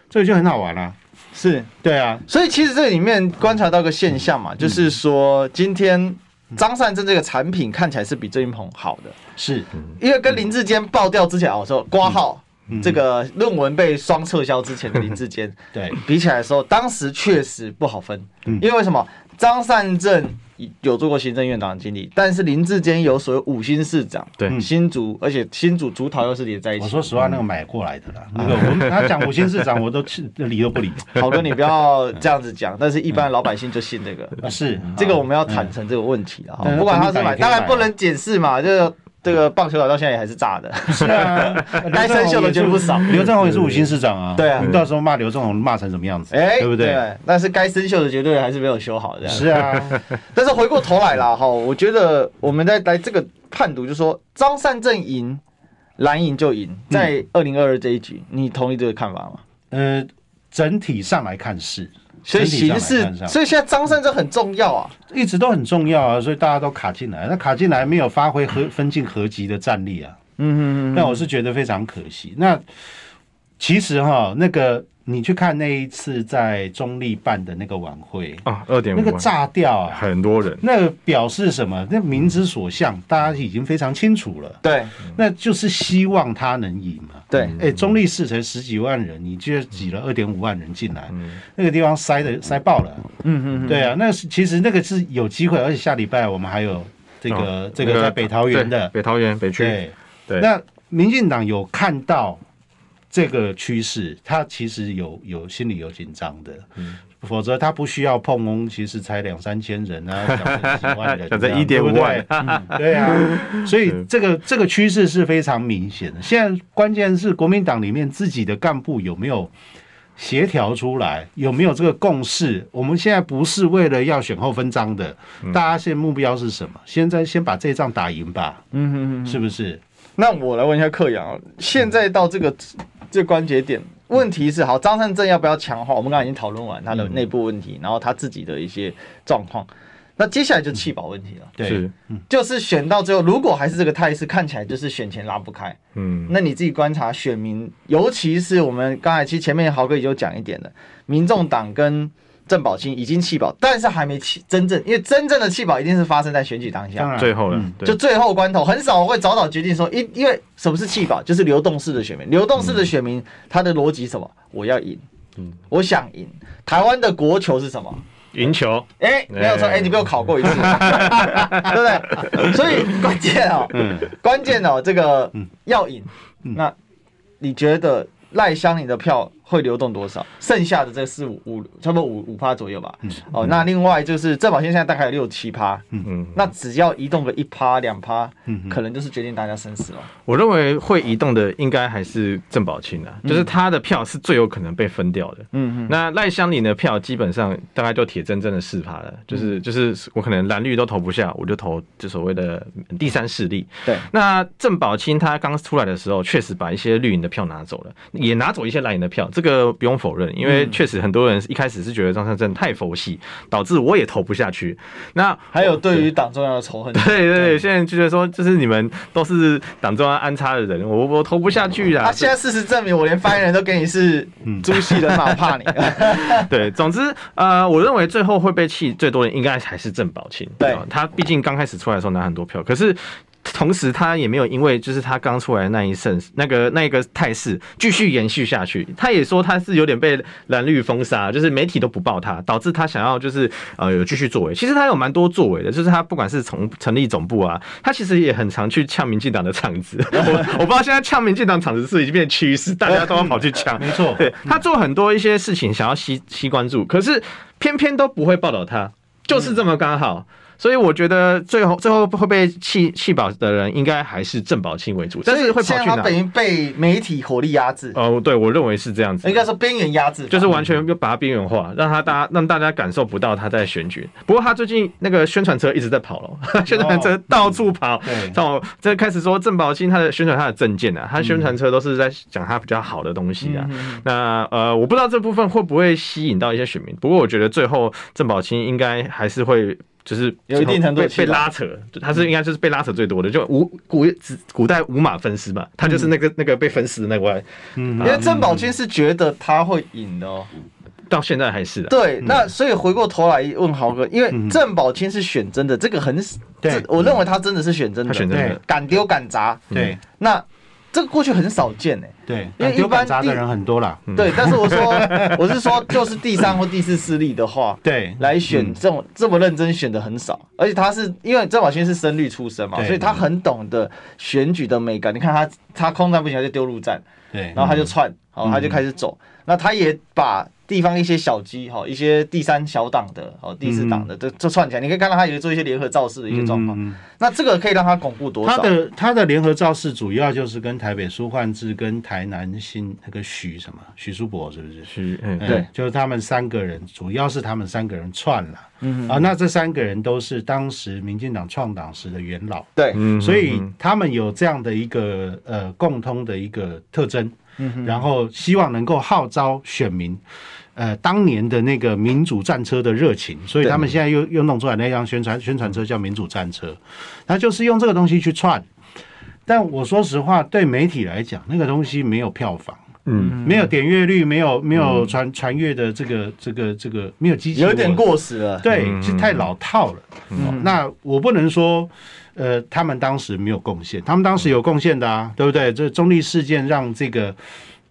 C: 这个就很好玩啊。
A: 是，
C: 对啊，
A: 所以其实这里面观察到个现象嘛，就是说今天张善政这个产品看起来是比郑云鹏好的，
C: 是
A: 因为跟林志坚爆掉之前哦，说挂号。这个论文被双撤销之前的林志坚，
C: 对
A: 比起来的时候，当时确实不好分，因为为什么？张善政有做过行政院长的经历，但是林志坚有所谓五星市长，
B: 对
A: 嗯新竹，而且新竹竹桃又是连在一
C: 我
A: 起。
C: 说实话，那个买过来的啦，那个我们他讲五星市长，我都气理都不理。
A: 好哥，你不要这样子讲，但是一般老百姓就信这个。
C: 啊是
A: 这个我们要坦诚这个问题啊，
C: 嗯
A: 不管他是买，
C: 嗯
A: 当然不能解释嘛，就是这个棒球场到现在也还是 炸的，
C: 是啊，
A: 该生锈的就不少。
C: 刘正宏也是五星市长啊，
A: 对啊
C: 你到时候骂刘正宏骂成什么样子？
A: 哎，
C: 对不对？？
A: 但是该生锈的绝对还是没有修好的。
C: 是啊，
A: 但是回过头来啦，哈，我觉得我们在来这个判读，就说张善政赢，蓝赢就赢，在
C: 嗯
A: 二零二二这一局，你同意这个看法吗？
C: 呃，整体上来看是，
A: 所以
C: 整体上
A: 形势
C: 来看，上
A: 所以现在张善政很重要啊。
C: 一直都很重要啊，所以大家都卡进来，那卡进来没有发挥合分进合集的战力啊，
A: 嗯嗯
C: 那我是觉得非常可惜。那其实哈，那个你去看那一次在中立办的那个晚会，
B: 啊，二点五
C: 那个炸掉啊，
B: 很多人，
C: 那个表示什么？那民之所向，大家已经非常清楚了，
A: 对
C: 那就是希望他能赢嘛。
A: 对，
C: 哎、中立市才十几万人，你居然挤了二点五万人进来，那个地方塞的塞爆了。
A: 嗯嗯嗯，
C: 对啊，那是其实那个是有机会，而且下礼拜我们还有这个、
B: 哦
C: 这个在北桃园的
B: 对，北桃园北区，
C: 对，
B: 对
C: 那民进党有看到这个趋势，他其实有有心里有紧张的，否则他不需要碰翁，其实才两三千人啊，讲成几万人这
B: 讲
C: 样，
B: 成
C: 对不
B: 1.5万
C: 对嗯对啊，所以这个这个趋势是非常明显的。现在关键是国民党里面自己的干部有没有协调出来，有没有这个共识？我们现在不是为了要选后分章的，大家现在目标是什么？现在先把这一仗打赢吧，
A: 嗯哼哼。
C: 是不是？
A: 那我来问一下克阳哦，现在到这个这个关节点，问题是好，张善政要不要强化？我们刚才已经讨论完他的内部问题，然后他自己的一些状况。那接下来就弃保问题了，
C: 对
B: 是，
A: 就是选到最后，如果还是这个态势，看起来就是选前拉不开。
B: 嗯，
A: 那你自己观察选民，尤其是我们刚才其实前面豪哥也有讲一点的，民众党跟郑宝清已经弃保，但是还没弃真正，因为真正的弃保一定是发生在选举当下。
C: 当然
B: 最后了
C: 嗯，
B: 对
A: 就最后关头，很少会早早决定说，因因为什么是弃保，就是流动式的选民。流动式的选民，他的逻辑是什么？我要赢，我想赢。台湾的国球是什么？
B: 赢球，
A: 哎、没有错，哎、你被我考过一次， 对不对？所以关键哦，关键哦，这个要赢。那你觉得赖香你的票会流动多少？剩下的这四五五，差不多五五趴左右吧。哦，那另外就是郑宝先现在大概有六七趴，
B: 嗯，
A: 那只要移动个一趴两趴
C: 哼，
A: 可能就是决定大家生死哦了。
B: 我认为会移动的应该还是郑宝清啊，就是他的票是最有可能被分掉的。
A: 嗯
B: 那赖香林的票基本上大概就铁铮铮的四趴了，就是就是我可能蓝绿都投不下，我就投就所谓的第三势力。
A: 对，
B: 那郑宝清他刚出来的时候，确实把一些绿营的票拿走了，也拿走一些蓝营的票，这个不用否认，因为确实很多人一开始是觉得张善政太佛系，导致我也投不下去。那
A: 还有对于党中央的仇恨，
B: 对对对，现在就觉得说，就是你们都是党中央安插的人，我我投不下去啦。
A: 啊，现在事实证明，我连发言人都跟你是朱系人马，我怕你。啊
B: 对，总之，呃，我认为最后会被弃最多的应该还是郑宝清。
A: 对
B: 啊他毕竟刚开始出来的时候拿很多票，可是。同时，他也没有因为就是他刚出来的那一阵那个那个态势继续延续下去。他也说他是有点被蓝绿封杀，就是媒体都不报他，导致他想要就是呃有继续作为。其实他有蛮多作为的，就是他不管是从成立总部啊，他其实也很常去呛民进党的场子。 我我不知道现在呛民进党场子是已经变趋势，大家都要跑去呛。
C: 哦没错，
B: 对他做很多一些事情想要吸吸关注，可是偏偏都不会报道他，就是这么刚好。所以我觉得最后最后会被弃弃保的人，应该还是郑宝清为主，但是会跑
A: 现在
B: 去
A: 他
B: 哪
A: 等？于被媒体火力压制，
B: 哦，对，我认为是这样子
A: 应。该说边缘压制，
B: 就是完全就把他边缘化，让他大家让大家感受不到他在选举。不过他最近那个宣传车一直在跑了， 宣传
A: 哦
B: 车到处跑
A: 嗯
C: 对，
B: 到这开始说郑宝清他的宣传他的证件啊，他宣
A: 嗯
B: 传车都是在讲他比较好的东西啊。那呃，我不知道这部分会不会吸引到一些选民，不过我觉得最后郑宝清应该还是会。就是
A: 有一定程度
B: 被
A: 的期
B: 被
A: 待嗯
B: 拉扯，他是应该就是被拉扯最多的，就五古古代五马分尸嘛，他
A: 嗯
B: 就是那个那个被分尸的那位，
A: 因为郑宝清是觉得他会赢的哦。
B: 到现在还是啊
A: 对，那所以回过头来问豪哥，因为
B: 嗯
A: 郑宝清是选真的，这个很，
C: 对
A: 这我认为他真的是选真的，
B: 他选真的嗯
C: 对，
A: 敢丢敢砸。
C: 对
A: 那这个过去很少见哎。
C: 对，
A: 因为
C: 敢丢
A: 一般
C: 敢砸
A: 地
C: 的人很多啦，
B: 嗯
A: 对，但是我说我是说，就是第三或第四势力的话，
C: 对
A: 来选这
C: 嗯
A: 种这么认真选的很少，而且他是因为郑宝清是深绿出身嘛，
C: 对嗯
A: 所以他很懂得选举的美感。你看他他空战不行，他就丢路战，
C: 对嗯
A: 然后他就窜，好、他就开始走。那他也把地方一些小鸡，好、一些第三小党的，好、第四党的，这这串起来，你可以看到他也做一些联合造势的一些状况。
C: 嗯
A: 那这个可以让他巩固多
C: 他
A: 少？
C: 的他的联合造势主要就是跟台北苏焕智跟台南新那个许什么许书博是不是？
B: 是嗯
C: 嗯
A: 对，
C: 就是他们三个人，主要是他们三个人串了。嗯啊，那这三个人都是当时民进党创党时的元老，
A: 对，
B: 嗯
C: 所以他们有这样的一个呃共通的一个特征，然后希望能够号召选民。呃，当年的那个民主战车的热情，所以他们现在又又弄出来那辆宣传宣传车叫民主战车，他就是用这个东西去串。但我说实话，对媒体来讲，那个东西没有票房，
B: 嗯，
C: 没有点阅率，没有没有传传阅的这个这个这个没有激情，
A: 有点过时了。
C: 对，是太老套了。哦那我不能说，呃，他们当时没有贡献，他们当时有贡献的啊，对不对？这中立事件让这个。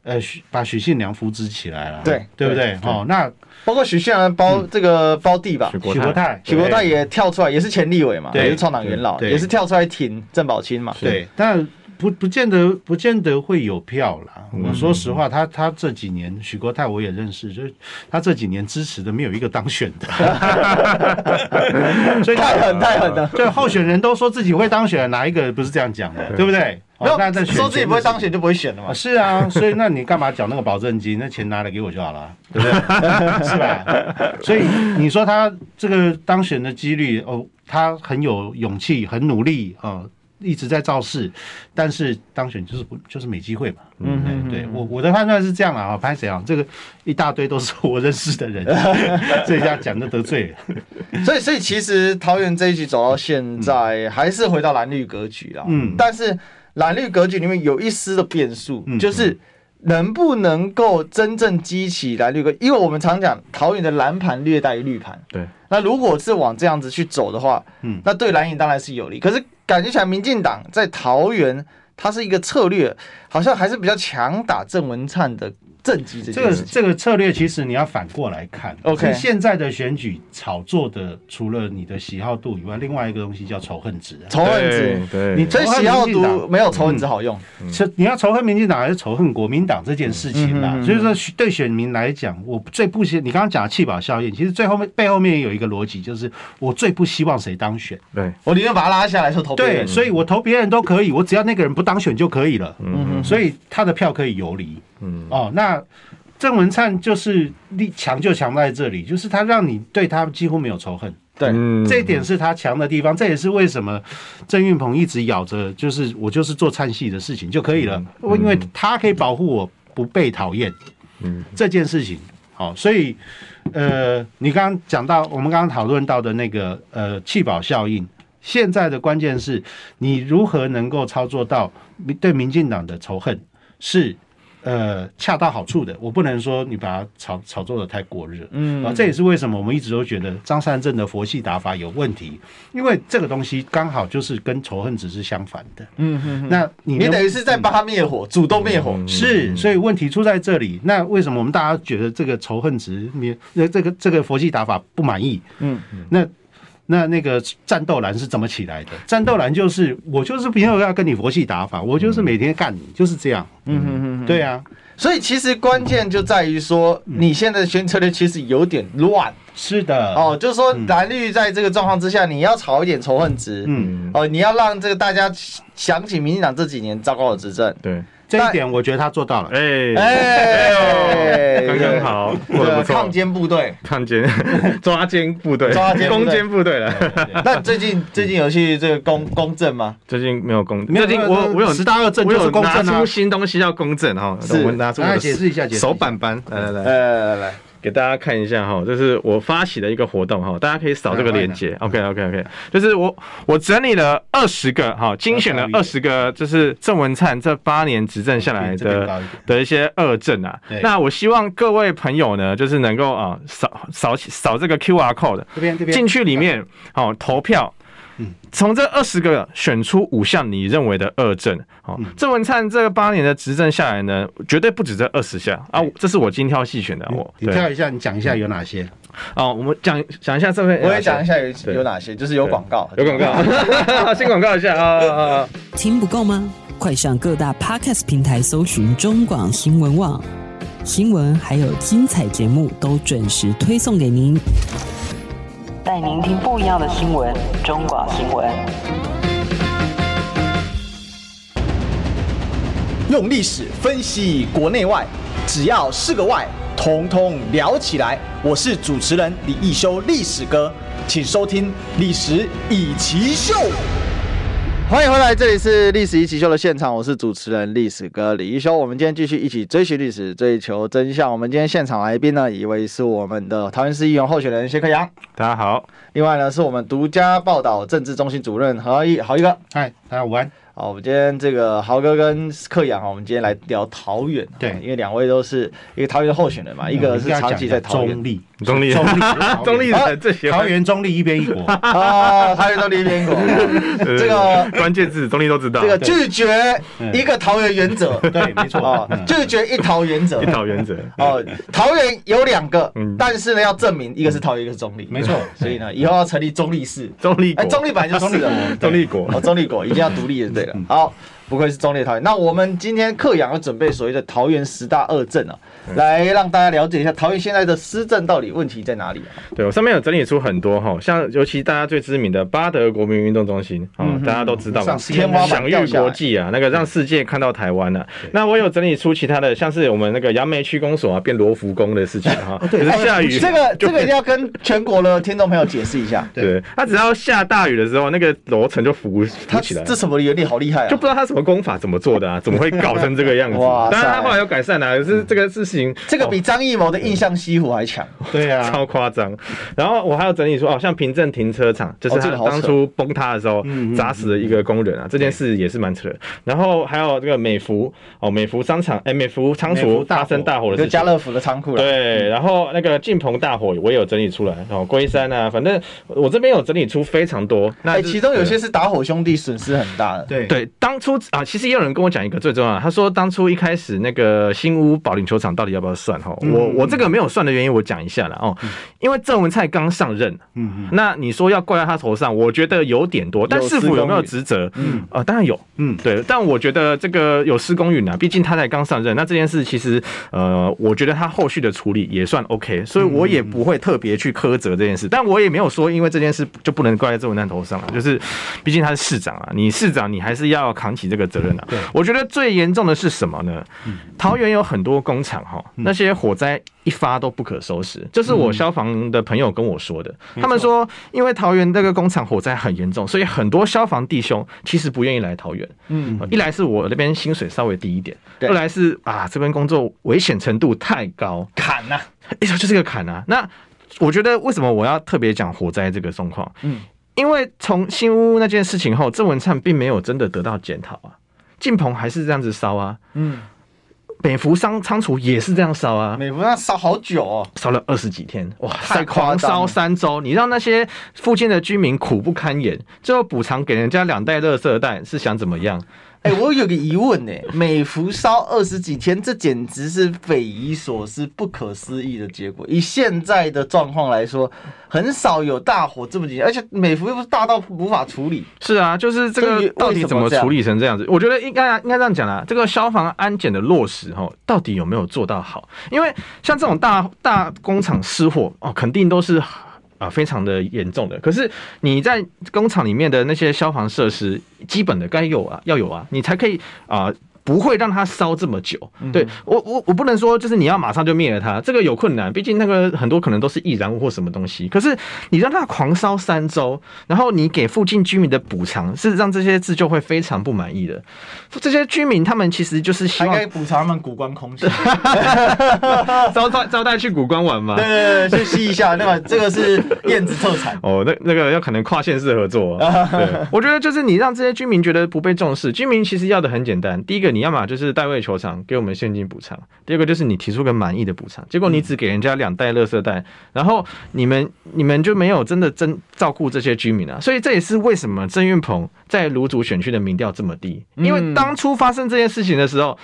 C: 呃，许把许信良扶植起来了，啊
A: 对
C: 对不对？哦，那
A: 包括许信良包、这个包地吧
B: 许，
C: 嗯许国泰，
A: 许国泰也跳出来，也是前立委嘛，
C: 对
A: 也是创党元老，
C: 对
A: 也是跳出来挺郑宝清嘛。
C: 对，对，但不不见得不见得会有票啦。我说实话，他他这几年许国泰我也认识，就是他这几年支持的没有一个当选 的，所以他
A: 太狠太狠了，
C: 对，候选人都说自己会当选，哪一个不是这样讲的，对不对？哦
A: 没有
C: 那那选
A: 说自己不会当
C: 钱
A: 选就不会选了嘛
C: 啊，。是啊，所以那你干嘛缴那个保证金？那钱拿来给我就好了，对不 对？是吧？所以你说他这个当选的几率，哦，他很有勇气，很努力，呃，一直在造势，但是当选就是不就是没机会嘛。嗯，对我我的判断是这样啊，拍谁啊？这个一大堆都是我认识 的人，这一下讲就得罪了。
A: 哦所以，所以其实桃园这一局走到现在，还是回到蓝绿格局啦。
C: 嗯
A: 但是蓝绿格局里面有一丝的变数，
C: 嗯
A: 就是能不能够真正激起蓝绿格，因为我们常讲桃园的蓝盘略带于绿盘。
B: 对，
A: 那如果是往这样子去走的话，
C: 嗯
A: 那对蓝营当然是有利。可是感觉起来，民进党在桃园，它是一个策略，好像还是比较强打郑文灿的政绩这
C: 这
A: 件
C: 个
A: 事情。
C: 这个策略其实你要反过来看
A: OK
C: 是现在的选举炒作的，除了你的喜好度以外，另外一个东西叫仇恨值啊。
A: 仇恨值，
B: 对，
C: 你
A: 所以喜好
C: 仇恨民进
A: 读
C: 党
A: 没有仇
B: 嗯
A: 恨值好用。
C: 是你要仇恨民进党还是仇恨国民党这件事情啦、
A: 嗯嗯嗯嗯
C: 所以说对选民来讲，我最不希你刚刚讲的弃保效应，其实最后面背后面有一个逻辑，就是我最不希望谁当选。
B: 对，
A: 我宁愿把他拉下来说投别
C: 对，
A: 人。
C: 所以我投别人都可以，我只要那个人不当选就可以了。嗯，所以他的票可以游离。
B: 嗯，
C: 哦，那郑文灿就是力强就强在这里，就是他让你对他几乎没有仇恨。
A: 对，
B: 嗯
C: 这一点是他强的地方，这也是为什么郑运鹏一直咬着，就是我就是做唱戏的事情就可以了，
A: 嗯
C: 我因为他可以保护我不被讨厌，
B: 嗯
C: 这件事情。好、所以呃，你刚刚讲到，我们刚刚讨论到的那个呃弃保效应，现在的关键是你如何能够操作到民对民进党的仇恨是。呃，恰到好处的，我不能说你把它炒炒作的太过热，
A: 嗯
C: 啊，这也是为什么我们一直都觉得张善政的佛系打法有问题，因为这个东西刚好就是跟仇恨值是相反的。
A: 嗯嗯，
C: 那你
A: 你
C: 能
A: 等于是在帮他灭
B: 嗯
A: 火，主动灭火。
C: 是，所以问题出在这里。那为什么我们大家觉得这个仇恨值，你那这个这个佛系打法不满意？
A: 嗯，
C: 那那那个战斗蓝是怎么起来的？战斗蓝就是我就是没有要跟你佛系打法，我就是每天干你，就是这样。嗯嗯嗯，对啊，
A: 所以其实关键就在于说，
B: 嗯
A: 你现在的选策略其实有点乱
C: 是的，
B: 嗯
A: 哦，就是说蓝绿在这个状况之下，你要炒一点仇恨值，
C: 嗯，
A: 哦，你要让这个大家想起民进党这几年糟糕的执政。
B: 对，
C: 这一点我觉得他做到了。
B: 哎，
A: 哎
B: 刚刚，好，过
A: 对
C: 啊
B: 得不
A: 抗
B: 错，
A: 奸部队。
B: 抗 奸抓奸部队，
A: 抓奸部队
B: 攻坚部队了。
A: 那最近最近有去这个公公证吗？
B: 最近没有公，
C: 没有
B: 最近
C: 没有
B: 我我有
C: 十大恶政
B: 我
C: 就是
B: 有
C: 公
B: 拿
C: 正啊
B: 出新东西要公正哈，
A: 是
B: 我拿出我
C: 来
B: 的
C: 解释一下解释一下
B: 手板板，来来呃来，
A: 来来来来，
B: 给大家看一下哈，这是我发起的一个活动哈，大家可以扫这个链接。OK
C: 啊
B: OK OK，就是我我整理了二十个哈，精选了二十个，就是郑文灿这八年执政下来
C: 这边高
B: 的
C: 一点
B: 的一些恶政啊
C: 对。
B: 那我希望各位朋友呢，就是能够啊扫扫扫这个 QR code，
C: 这边这嗯边
B: 进去里面哦投票。从这二十个选出五项你认为的恶政，哦，
C: 嗯
B: 郑文灿这八年的执政下来呢，绝对不止这二十项啊，这是我精挑细选的，我
C: 你
B: 对
C: 跳一下，你讲一下有哪些？
B: 哦，我们讲讲一下这份，
A: 我也讲一下有
B: 对
A: 有哪些，就是有广告，
B: 有广告， 先广告一下啊啊啊！
F: 听不够吗？快上各大 podcast 平台搜寻中广新闻网，新闻还有精彩节目都准时推送给您。
G: 带您听不一样的新闻，中广新闻。
D: 用历史分析国内外，只要是个“外”，统统聊起来。我是主持人李一修，历史哥，请收听《历史以奇秀》。
A: 欢迎回来，这里是《历史一起秀》的现场，我是主持人历史哥李一修。我们今天继续一起追寻历史，追求真相。我们今天现场来宾呢，一位是我们的桃园市议员候选人谢克阳，
B: 大家好，
A: 另外呢是我们独家报道政治中心主任何一豪一哥。
C: 嗨，哎大家午安。
A: 好，我们今天这个豪哥跟克阳啊，我们今天来聊桃园，啊
C: 对
A: 因为两位都是一个桃园的候选人嘛，一个是
C: 我们要
A: 长
C: 讲
A: 期
C: 一
A: 在
C: 下
A: 桃园
C: 中立，
B: 中立，
C: 中立
B: 中立的最喜欢
C: 桃园中立一边一国，
A: 啊，桃园都离边 国，
B: 对
A: 这个
B: 呃关键字中立都知道，
A: 这个
B: 对
A: 拒绝一个桃园原则，
C: 嗯对，没
A: 啊
C: 错，嗯，
A: 拒绝一桃原则
B: 一。岛 原则，
A: 哦，桃园有两个
B: 嗯，
A: 但是呢，要证明一个是桃园，一个是中立，啊
C: 没错
A: 所以呢，以后要成立中立市，
B: 中立
A: 哎，
B: 国，
A: 中立本来就是了，
B: 中立国嗯
A: 哦，中立国一定要独立的，对了。好，不愧是中立桃园。那我们今天克阳要准备所谓的桃园十大恶政啊，
B: 嗯
A: 来让大家了解一下桃园现在的施政到底问题在哪里、啊。
B: 对我上面有整理出很多哈，像尤其大家最知名的巴德国民运动中心啊、
A: 嗯
B: 哦大家都知道嘛
C: 上，天花板
B: 享誉
A: 掉下来
B: 国际啊，那个让世界看到台湾啊。那我有整理出其他的，像是我们那个杨梅区公所啊变罗浮宫的事情哈，可是下雨
A: 哦哎这个
B: 就
A: 这个一定要跟全国的听众朋友解释一下，
B: 对，它只要下大雨的时候，那个楼 层就浮浮
A: 他
B: 起来了
A: 这。什么原理好厉害啊
B: 就！不知道他什么功法怎么做的啊，怎么会搞成这个样 子？
A: 哇塞
B: 当然他后来有改善啊，可是这个事情
A: 这个比张艺谋的印象西湖还强，
B: 哦
C: 对 啊，
B: 超夸张。然后我还有整理说，哦，像平镇停车场，就是
A: 哦这
B: 他
A: 个好扯嗯
B: 当初崩塌的时候砸死了一个工人啊，这件事也是蛮扯的。然后还有这个美孚哦，美孚商场，哎，美孚仓
C: 美
B: 储
C: 孚大火
B: 发生大火的
A: 就
B: 事情
A: 家。乐福的仓库了。
B: 对，然后那个晋鹏大火我也有整理出来哦，龟山啊，反正我这边有整理出非常多。那
A: 哎，
B: 就是
A: 其中有
B: 对
A: 些是打火兄弟，损失很大的。
C: 对
B: 对，当初啊，其实也有人跟我讲一个最重要的，他说当初一开始那个新屋保龄球场到底要不要算哈？
C: 嗯
B: 我我这个没有算的原因，我讲一下了哦，因为郑文蔡刚上任，
C: 嗯
B: 那你说要怪在他头上，我觉得有点多，但是否有没有职责？嗯，啊，当然有，
C: 嗯
B: 对，但我觉得这个有失公允啊，毕竟他才刚上任，那这件事其实呃，我觉得他后续的处理也算 OK，所以我也不会特别去苛责这件事，但我也没有说因为这件事就不能怪在郑文灿头上啊，就是毕竟他是市长啊，你市长你还是要扛起这个责任啊。我觉得最严重的是什么呢？桃园有很多工厂哈，那些火灾一发都不可收拾，这是我消防的朋友跟我说的。他们说，因为桃园这个工厂火灾很严重，所以很多消防弟兄其实不愿意来桃园。嗯，一来是我那边薪水稍微低一点，
A: 对
B: 二来是啊这边工作危险程度太高，
A: 砍啊呐、
B: 一说就是个坎啊。那我觉得为什么我要特别讲火灾这个状况？
A: 嗯，
B: 因为从新屋那件事情后，郑文灿并没有真的得到检讨啊，晋鹏还是这样子烧啊，
A: 嗯，
B: 北服商仓储也是这样烧啊。
A: 美孚那烧好久哦，
B: 烧了二十几天，哇塞！
A: 太夸
B: 狂
A: 张了
B: 烧三周，你让那些附近的居民苦不堪言，最后补偿给人家两袋垃圾袋，是想怎么样？
A: 哎、我有个疑问呢、美孚烧二十几天，这简直是匪夷所思、不可思议的结果。以现在的状况来说，很少有大火这么紧，而且美孚又不是大到无法处理。
B: 是啊，就是这
A: 所以
B: 个到
A: 为
B: 底
A: 什
B: 怎
A: 么
B: 么
A: 这样
B: 处理成这样子？我觉得应该啊应该这样讲啦、这个消防安检的落实哈，到底有没有做到好？因为像这种大大工厂失火哦，肯定都是。啊，非常的严重的。可是你在工厂里面的那些消防设施，基本的该有啊，要有啊，你才可以啊、不会让它烧这么久。
A: 嗯
B: 对我，我我不能说就是你要马上就灭了它，这个有困难，毕竟那个很多可能都是易燃物或什么东西。可是你让它狂烧三周，然后你给附近居民的补偿，是让这些自救会非常不满意的。这些居民他们其实就是希
A: 还应
B: 望
A: 该哎补偿他们古关空气，
B: 招待招待去古关玩嘛。
A: 对对对，去吸一下。那么这个是燕子特产，
B: 哦，那那个要可能跨县市合作、啊对，我觉得就是你让这些居民觉得不被重视。居民其实要的很简单，第一个你要么就是代位球场给我们现金补偿，第二个就是你提出个满意的补偿。结果你只给人家两袋垃圾袋，然后你们你们就没有真的真照顾这些居民啊。所以这也是为什么郑运鹏在卢竹选区的民调这么低，因为当初发生这件事情的时候。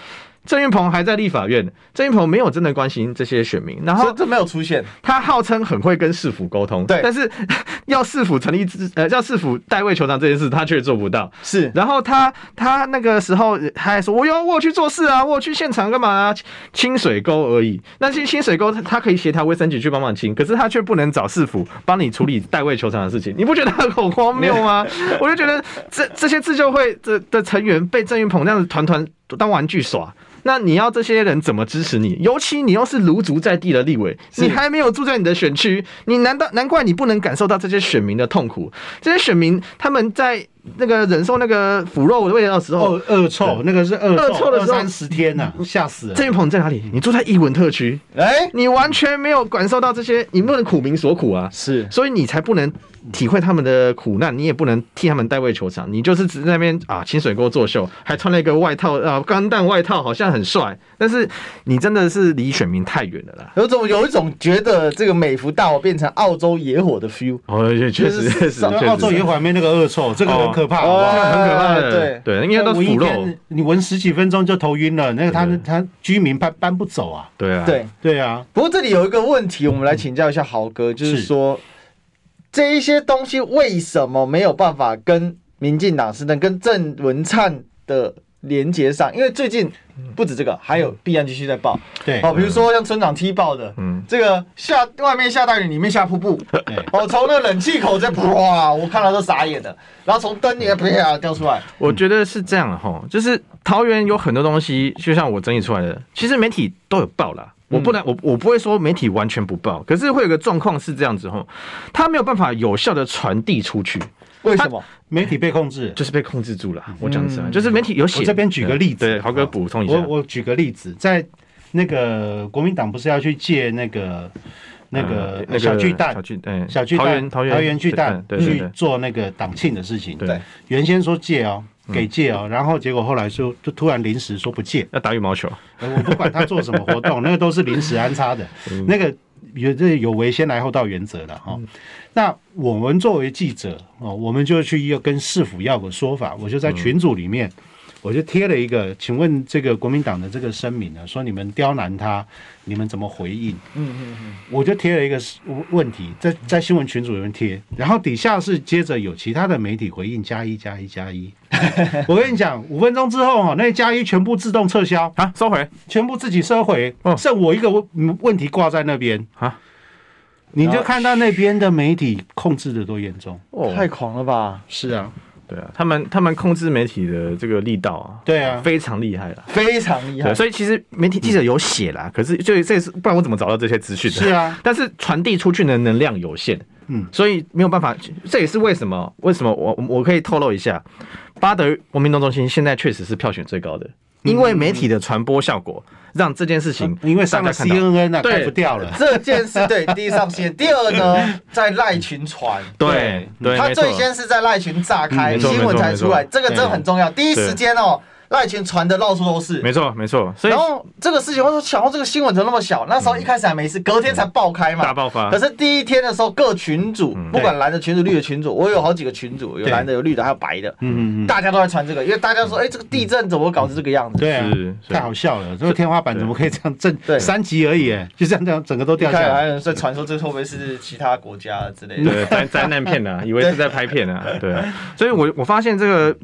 B: 郑运鹏还在立法院，郑运鹏没有真的关心这些选民，然后
A: 这这没有出现。
B: 他号称很会跟市府沟通，
A: 对
B: 但是 要市府成立之呃，要市府代位球场这件事，他却做不到。
A: 是
B: 然后他他那个时候他还说，我有我有去做事啊，我有去现场干嘛啊？清清水沟而已。那些清水沟他他可以协调卫生局去帮忙清，可是他却不能找市府帮你处理代位球场的事情，你不觉得很荒谬吗？我就觉得这这些自救会的的成员被郑云鹏那样子团团当玩具耍。那你要这些人怎么支持你？尤其你又是卢竹在地的立委，你还没有住在你的选区，你难道难怪你不能感受到这些选民的痛苦？这些选民他们在那个忍受那个腐肉的味道的时候，
C: 恶恶哦臭，那个是恶
B: 恶臭的
C: 二
B: 时候
C: 三十天呐，吓死人。
B: 郑云鹏在哪里？你住在义文特区，
A: 哎、
B: 你完全没有感受到这些，你不能苦民所苦啊。
A: 是
B: 所以你才不能体会他们的苦难，你也不能替他们代位求偿，你就是只在那边啊清水沟作秀，还穿了一个外套啊钢弹外套，好像很帅，但是你真的是离选民太远了啦。
A: 有种有一种觉得这个美孚大火变成澳洲野火的 feel。
B: 哦，也确实
A: 就是
B: 确实，
C: 那澳洲野火还没那个恶臭，这个很可怕，好不好？
B: 很可怕的，
A: 对
B: 啊对，应该都是
C: 闻一
B: 腐肉，
C: 天，你闻十几分钟就头晕了，那个他他居民搬搬不走啊。
B: 对啊，
A: 对，
C: 对啊，
A: 不过这里有一个问题，我们来请教一下豪哥，就是
C: 是
A: 说这一些东西为什么没有办法跟民进党是能跟郑文灿的连接上，因为最近不止这个，还有必然继续在报。
C: 对
A: 哦，比如说像村长踢爆的，嗯
B: 嗯，
A: 这个下外面下大雨，里面下瀑 布，哦，从那冷气口在哇，我看到都傻眼了，然后从灯也啪掉出来，
C: 嗯
B: 我觉得是这样的哈，就是桃园有很多东西，就像我整理出来的，其实媒体都有报啦。我
C: 嗯
B: 不能，我我不会说媒体完全不报，可是会有个状况是这样子哈，它没有办法有效的传递出去，
A: 为什么？
C: 媒体被控制。
B: 就是被控制住了。我讲真的，就是媒体有写。
C: 嗯我这边举个例子，
B: 对，豪哥补充一下。
C: 我我举个例子，在那个国民党不是要去借那个那个
B: 嗯那个
C: 小巨蛋
B: 小巨哎，
C: 小巨
B: 桃
C: 蛋
B: 园桃园
C: 巨蛋
B: 对对
C: 去
B: 对
C: 做那个党庆的事情，
B: 对嗯对，
C: 原先说借哦。给借哦，然后结果后来说就突然临时说不借，
B: 要打羽毛球，
C: 呃我不管他做什么活 动，那个都是临时安插的，那个有这有违先来后到原则了哈、那我们作为记者哦，我们就去要跟市府要个说法，我就在群组里面。我就贴了一个，请问这个国民党的这个声明呢、说你们刁难他，你们怎么回应？嗯嗯嗯，我就贴了一个问问题，在在新闻群组里面贴，然后底下是接着有其他的媒体回应加一加一加一。 我跟你讲，五分钟之后哈、那加一全部自动撤销。
B: 好，收回。
C: 全部自己收回，
B: 哦
C: 剩我一个问问题挂在那边
B: 啊。
C: 你就看到那边的媒体控制的多严重。
B: 哦，
A: 太狂了吧！
C: 是啊，
B: 对啊，他们他们控制媒体的这个力道啊，
C: 对啊
B: 非常厉害啦。
A: 非常厉害
B: 对，，所以其实媒体记者有写啦，可是就这也是不然我怎么找到这些资讯？
C: 嗯是 啊，
B: 但是传递出去的能量有限，
C: 嗯
B: 所以没有办法。这也是为什么为什么我我我可以透露一下，巴德文明动中心现在确实是票选最高的，因为媒体的传播效果让这件事情
C: 嗯因为上
B: 大
C: 了
B: 家看到
C: CNN 啊，
B: 对
C: 盖不掉 了。
A: 这件事对第一上线，第二呢在赖群传，
B: 对对，
A: 他
B: 没错
A: 最先是在赖群炸开，
B: 嗯没错
A: 新闻才出来，
B: 没错嗯
A: 这个真的很重要。第一时间哦，赖群传的到处都是。
B: 没错没错，所以
A: 然后这个事情，我说想到这个新闻怎么那么小？那时候一开始还没事，隔天才爆开嘛，
B: 大爆发嗯
A: 可是第一天的时候，各群主不管蓝的群主、绿的群主，我有好几个群主，有
C: 对
A: 蓝的、有绿的，还有白的，
C: 嗯嗯嗯，
A: 大家都在传这个，因为大家
B: 嗯
A: 说，哎，这个地震怎么搞成这个样子？
C: 对啊
B: 是，是嗯
C: 太好笑了。这个天花板怎么可以这样震？
A: 对
C: 三级而已，就这样这样整个都
A: 一
C: 掉下
A: 开始还
C: 来。
A: 有人在传说这会不会是其他国家之类的？
B: 对灾灾难片 啊，以为是在拍片啊，对啊，所以我我发现这个。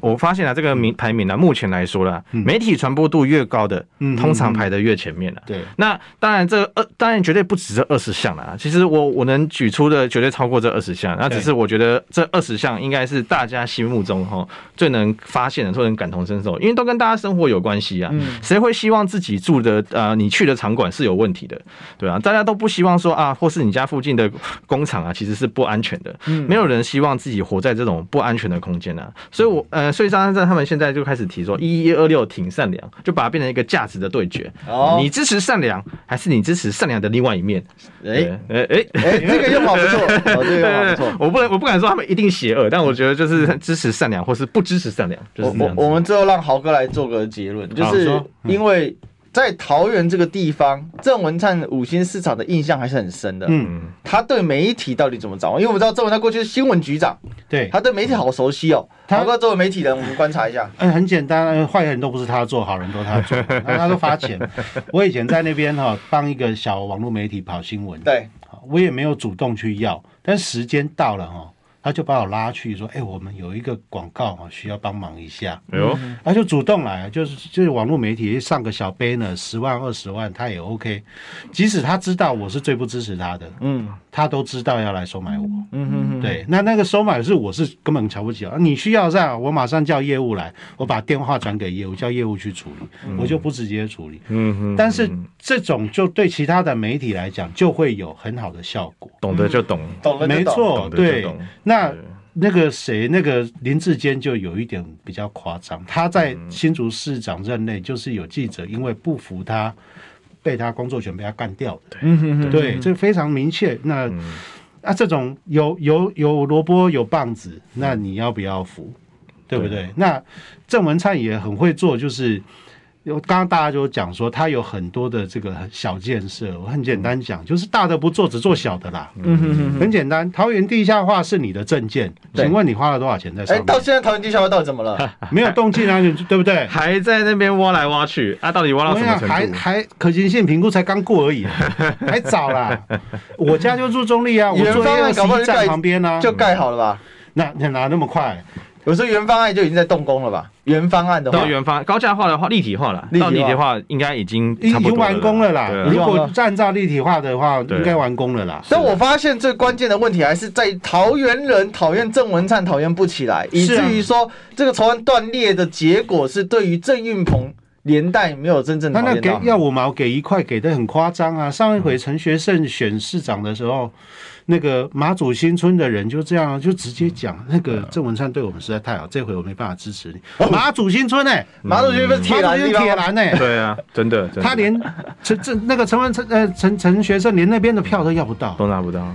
B: 我发现了这个名排名啊，目前来说啦，
C: 嗯
B: 媒体传播度越高的，通常排的越前面啊了。
C: 对，
B: 那当然这二当然绝对不止这二十项啦，其实我我能举出的绝对超过这二十项，那只是我觉得这二十项应该是大家心目中哈最能发现的、最能感同身受，因为都跟大家生活有关系啊。谁会希望自己住的呃你去的场馆是有问题的，对啊，大家都不希望说啊，或是你家附近的工厂啊，其实是不安全的，
A: 嗯
B: 没有人希望自己活在这种不安全的空间啊。所以我
A: 嗯
B: 呃，所以张三站他们现在就开始提说一一二六挺善良，就把它变成一个价值的对决。
A: 哦
B: 你支持善良，还是你支持善良的另外一面？
A: 哎
B: 对，哎哎。
A: 哎，这个用法不 错，哦，这个用法不错。
B: 我不能，我不敢说他们一定邪恶，但我觉得就是支持善良，或是不支持善良，就
A: 我
B: 是这
A: 我
B: 样子嗯
A: 我们最后让豪哥来做个结论，就
C: 好
A: 是
C: 说
A: 因为在桃园这个地方，郑文灿五星市场的印象还是很深的。
C: 嗯，
A: 他对媒体到底怎么掌握？因为我们知道郑文灿过去是新闻局长，
C: 对，
A: 他对媒体好熟悉哦。
C: 嗯他
A: 豪哥作为媒体人，我们观察一下。
C: 哎，很简单，呃坏人都不是他做，好人都他 做，那他都发钱。我以前在那边哈，帮一个小网络媒体跑新闻，
A: 对，
C: 啊我也没有主动去要，但时间到了哈，他就把我拉去说，哎、我们有一个广告哈，需要帮忙一下，
B: 哎呦，
C: 他就主动来，就是就是网络媒体上个小 banner 十万二十万，他也 OK，即使他知道我是最不支持他的，
A: 嗯
C: 他都知道要来收买我，
A: 嗯哼哼，
C: 对，那那个收买是我是根本瞧不起啊，你需要这样，我马上叫业务来，我把电话转给业务，叫业务去处理，
A: 嗯
C: 我就不直接处理，
B: 嗯哼，
C: 但是这种就对其他的媒体来讲，就会有很好的效果。
A: 嗯
B: 懂得就懂，
A: 懂了就
C: 没
A: 懂。
C: 错，
B: 懂得就
C: 对
B: 懂。
C: 那
B: 对
C: 那个谁，那个林志坚就有一点比较夸张，他在
B: 嗯
C: 新竹市长任内，就是有记者因为不服他，被他工作权被他干掉的。
A: 嗯哼哼，
C: 对，这非常明确。那、
B: 嗯
C: 啊，这种有有有萝卜有棒子，那
B: 嗯
C: 你要不要服？对不对？那郑文灿也很会做，就是有刚刚大家就讲说，他有很多的这个小建设。我很简单讲，就是大的不做，只做小的啦。嗯哼哼很简单。桃园地下化是你的证件，
A: 对
C: 请问你花了多少钱在
A: 哎，
C: 上面
A: 到？现在桃园地下化到底怎么了？
C: 没有动静啊，你对不对？
B: 还在那边挖来挖去，啊，到底挖到
C: 我
B: 什
C: 想
B: 么程
C: 还
B: 度？
C: 还可行性评估才刚过 而已，还早啦。我家就住中立啊，我
A: 远
C: 住
A: 方啊
C: 二
A: 搞不好
C: 十
A: 就
C: 一站
A: 盖
C: 旁边啊，
A: 就盖好了吧？
C: 那那哪那么快？
A: 我说原方案就已经在动工了吧？原方案的话
B: 到，原方高架化的话，立体化了，
A: 立体
B: 到
A: 化
B: 立体化应该已经
C: 已
B: 差不
C: 经
B: 多
C: 完工了啦
B: 对。
A: 已
B: 啊
A: 经
C: 如
A: 完工
C: 果按照立体化的话，
B: 对
C: 应该完工了啦。
A: 但我发现最关键的问题还是在桃园人讨厌郑文灿讨厌不起来，以
C: 是
A: 至
C: 啊
A: 于说这个仇恨断裂的结果是对于郑运鹏连带没有真正
C: 他
A: 讨
C: 那
A: 厌
C: 给
A: 到。
C: 要五毛给一块，给的很夸张啊！上一回陈学圣选市长的时候，那个马祖新村的人就这样啊，就直接讲那个郑文灿对我们实在太好，这回我没办法支持你。马祖新村哎、
A: 马主席不是铁
C: 马
A: 栏
C: 祖
A: 地
C: 新
A: 方
C: 铁
A: 吗
C: 栏哎、
B: 对啊，真的，真的
C: 他连陈陈那个陈文陈呃陈陈学圣连那边的票都要不到。
B: 都拿不到。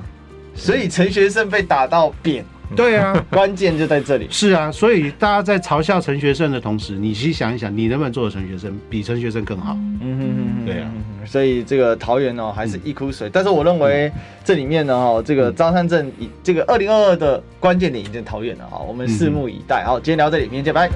A: 所以陈学圣被打到扁，
C: 对啊，
A: 关键就在这里。
C: 是啊，所以大家在嘲笑陈学圣的同时，你去想一想，你能不能做的陈学圣比陈学圣更好？
A: 嗯哼哼哼
C: 对啊。
A: 所以这个桃园哦，还是一枯水。但是我认为这里面呢，哈，这
C: 嗯
A: 个张三哦镇以这个二零二二的关键点已经在桃园了哈，我们拭目以待。好，今天聊到这里，明天见，拜拜。